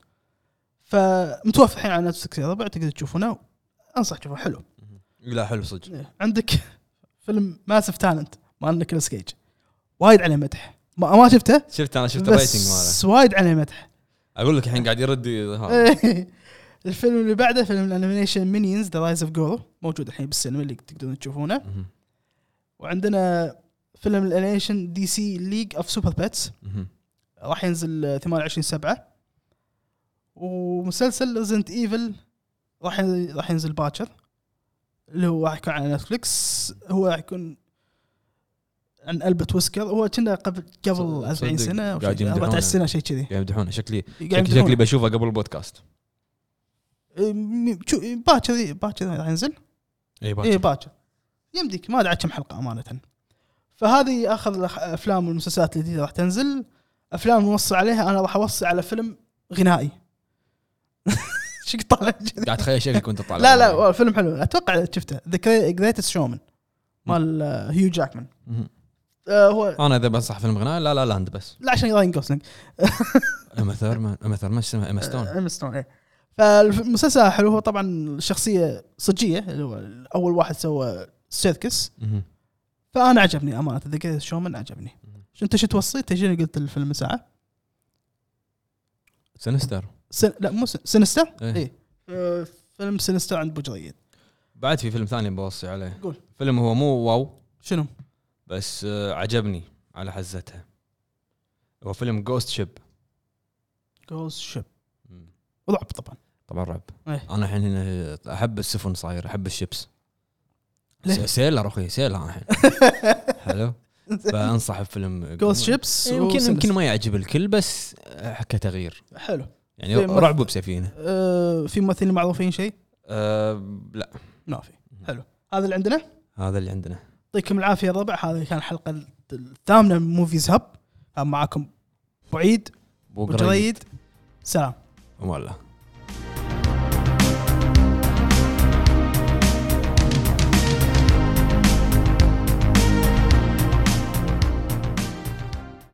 Speaker 1: فمتوفر الحين على نتفلكس يا ربع تقدر تشوفونه انصح تشوفه حلو
Speaker 2: لا حلو صدق
Speaker 1: إيه. عندك فيلم ماسف تالنت مال نيكولاس كيج وايد عليه مدح ما, ما شفته
Speaker 2: شفت انا شفت الريتنج ماله
Speaker 1: بس وايد عليه مدح (laughs)
Speaker 2: اقول لك الحين قاعد يرد هذا.
Speaker 1: إيه. الفيلم اللي بعده فيلم الانيميشن مينيونز ذا رايز اوف جورو موجود الحين بالسينما اللي تقدرون تشوفونه
Speaker 2: مهم.
Speaker 1: وعندنا فيلم الانيميشن دي سي ليج اوف سوبر باتس
Speaker 2: مهم.
Speaker 1: راح ينزل آه، 28 7 ومسلسل ريزنت ايفل راح ين- راح ينزل باكر اللي هو راح يكون على نتفلكس هو راح يكون عن البت ويسكر هو كنا قبل قبل
Speaker 2: صدق-
Speaker 1: 40
Speaker 2: صدق
Speaker 1: سنه أو شيء-
Speaker 2: قاعد يمدحونه.
Speaker 1: 14 سنه شيء كذي
Speaker 2: قاعد يمدحونه شكلي
Speaker 1: قاعد
Speaker 2: شكلي, شكلي
Speaker 1: يمدحونه.
Speaker 2: بشوفه قبل البودكاست
Speaker 1: إيه، شو- إيه، باكر باكر راح ينزل
Speaker 2: اي
Speaker 1: اي إيه، باكر يمديك ما ادري عاد كم حلقه امانه فهذه اخر الأخ- افلام والمسلسلات الجديده راح تنزل افلام نوصي عليها انا راح اوصي على فيلم غنائي (laughs) شق طالع كذي؟
Speaker 2: قاعد تخيل شكلك وانت طالع
Speaker 1: لا لا والله فيلم حلو اتوقع شفته ذا جريتست شومان مال آه، هيو جاكمان
Speaker 2: مهم.
Speaker 1: آه، هو
Speaker 2: انا اذا بنصح فيلم غناء لا لا لاند بس
Speaker 1: لا عشان راين جوسلينج
Speaker 2: اما ثيرمان اما ثيرمان شو اسمها اما ستون
Speaker 1: ايما ستون ايه فالمسلسل حلو هو طبعا الشخصيه صجيه اللي هو اول واحد سوى سيركس
Speaker 2: مهم.
Speaker 1: فانا عجبني امانه ذا جريتست شومان عجبني
Speaker 2: مهم.
Speaker 1: شو انت شو توصي تجيني قلت الفيلم ساعه
Speaker 2: سينستر
Speaker 1: سن... لا مو سن... سينستر
Speaker 2: إيه.
Speaker 1: اي آه، فيلم سينستر عند ابو جريد
Speaker 2: بعد في فيلم ثاني بوصي عليه
Speaker 1: قول.
Speaker 2: فيلم هو مو واو
Speaker 1: شنو؟
Speaker 2: بس آه، عجبني على حزتها هو فيلم جوست شيب
Speaker 1: جوز شيب رعب (laughs) طبعا
Speaker 2: طبعا رعب
Speaker 1: إيه.
Speaker 2: انا الحين هنا احب السفن صاير احب الشيبس
Speaker 1: ليه؟
Speaker 2: س- سيلر اخوي سيلر الحين
Speaker 1: (laughs)
Speaker 2: حلو فانصح بفيلم
Speaker 1: جوز شيبس
Speaker 2: يمكن يمكن ما يعجب الكل بس آه، كتغيير
Speaker 1: حلو
Speaker 2: يعني
Speaker 1: في مس-
Speaker 2: رعب بسفينه
Speaker 1: آه، في ممثلين معروفين شيء؟
Speaker 2: أه لا
Speaker 1: ما في حلو هذا اللي عندنا
Speaker 2: هذا اللي عندنا
Speaker 1: يعطيكم العافيه يا الربع هذه كان الحلقه الثامنه من موفيز هب كان معاكم بعيد
Speaker 2: بو قريب.
Speaker 1: وجريد سلام
Speaker 2: والله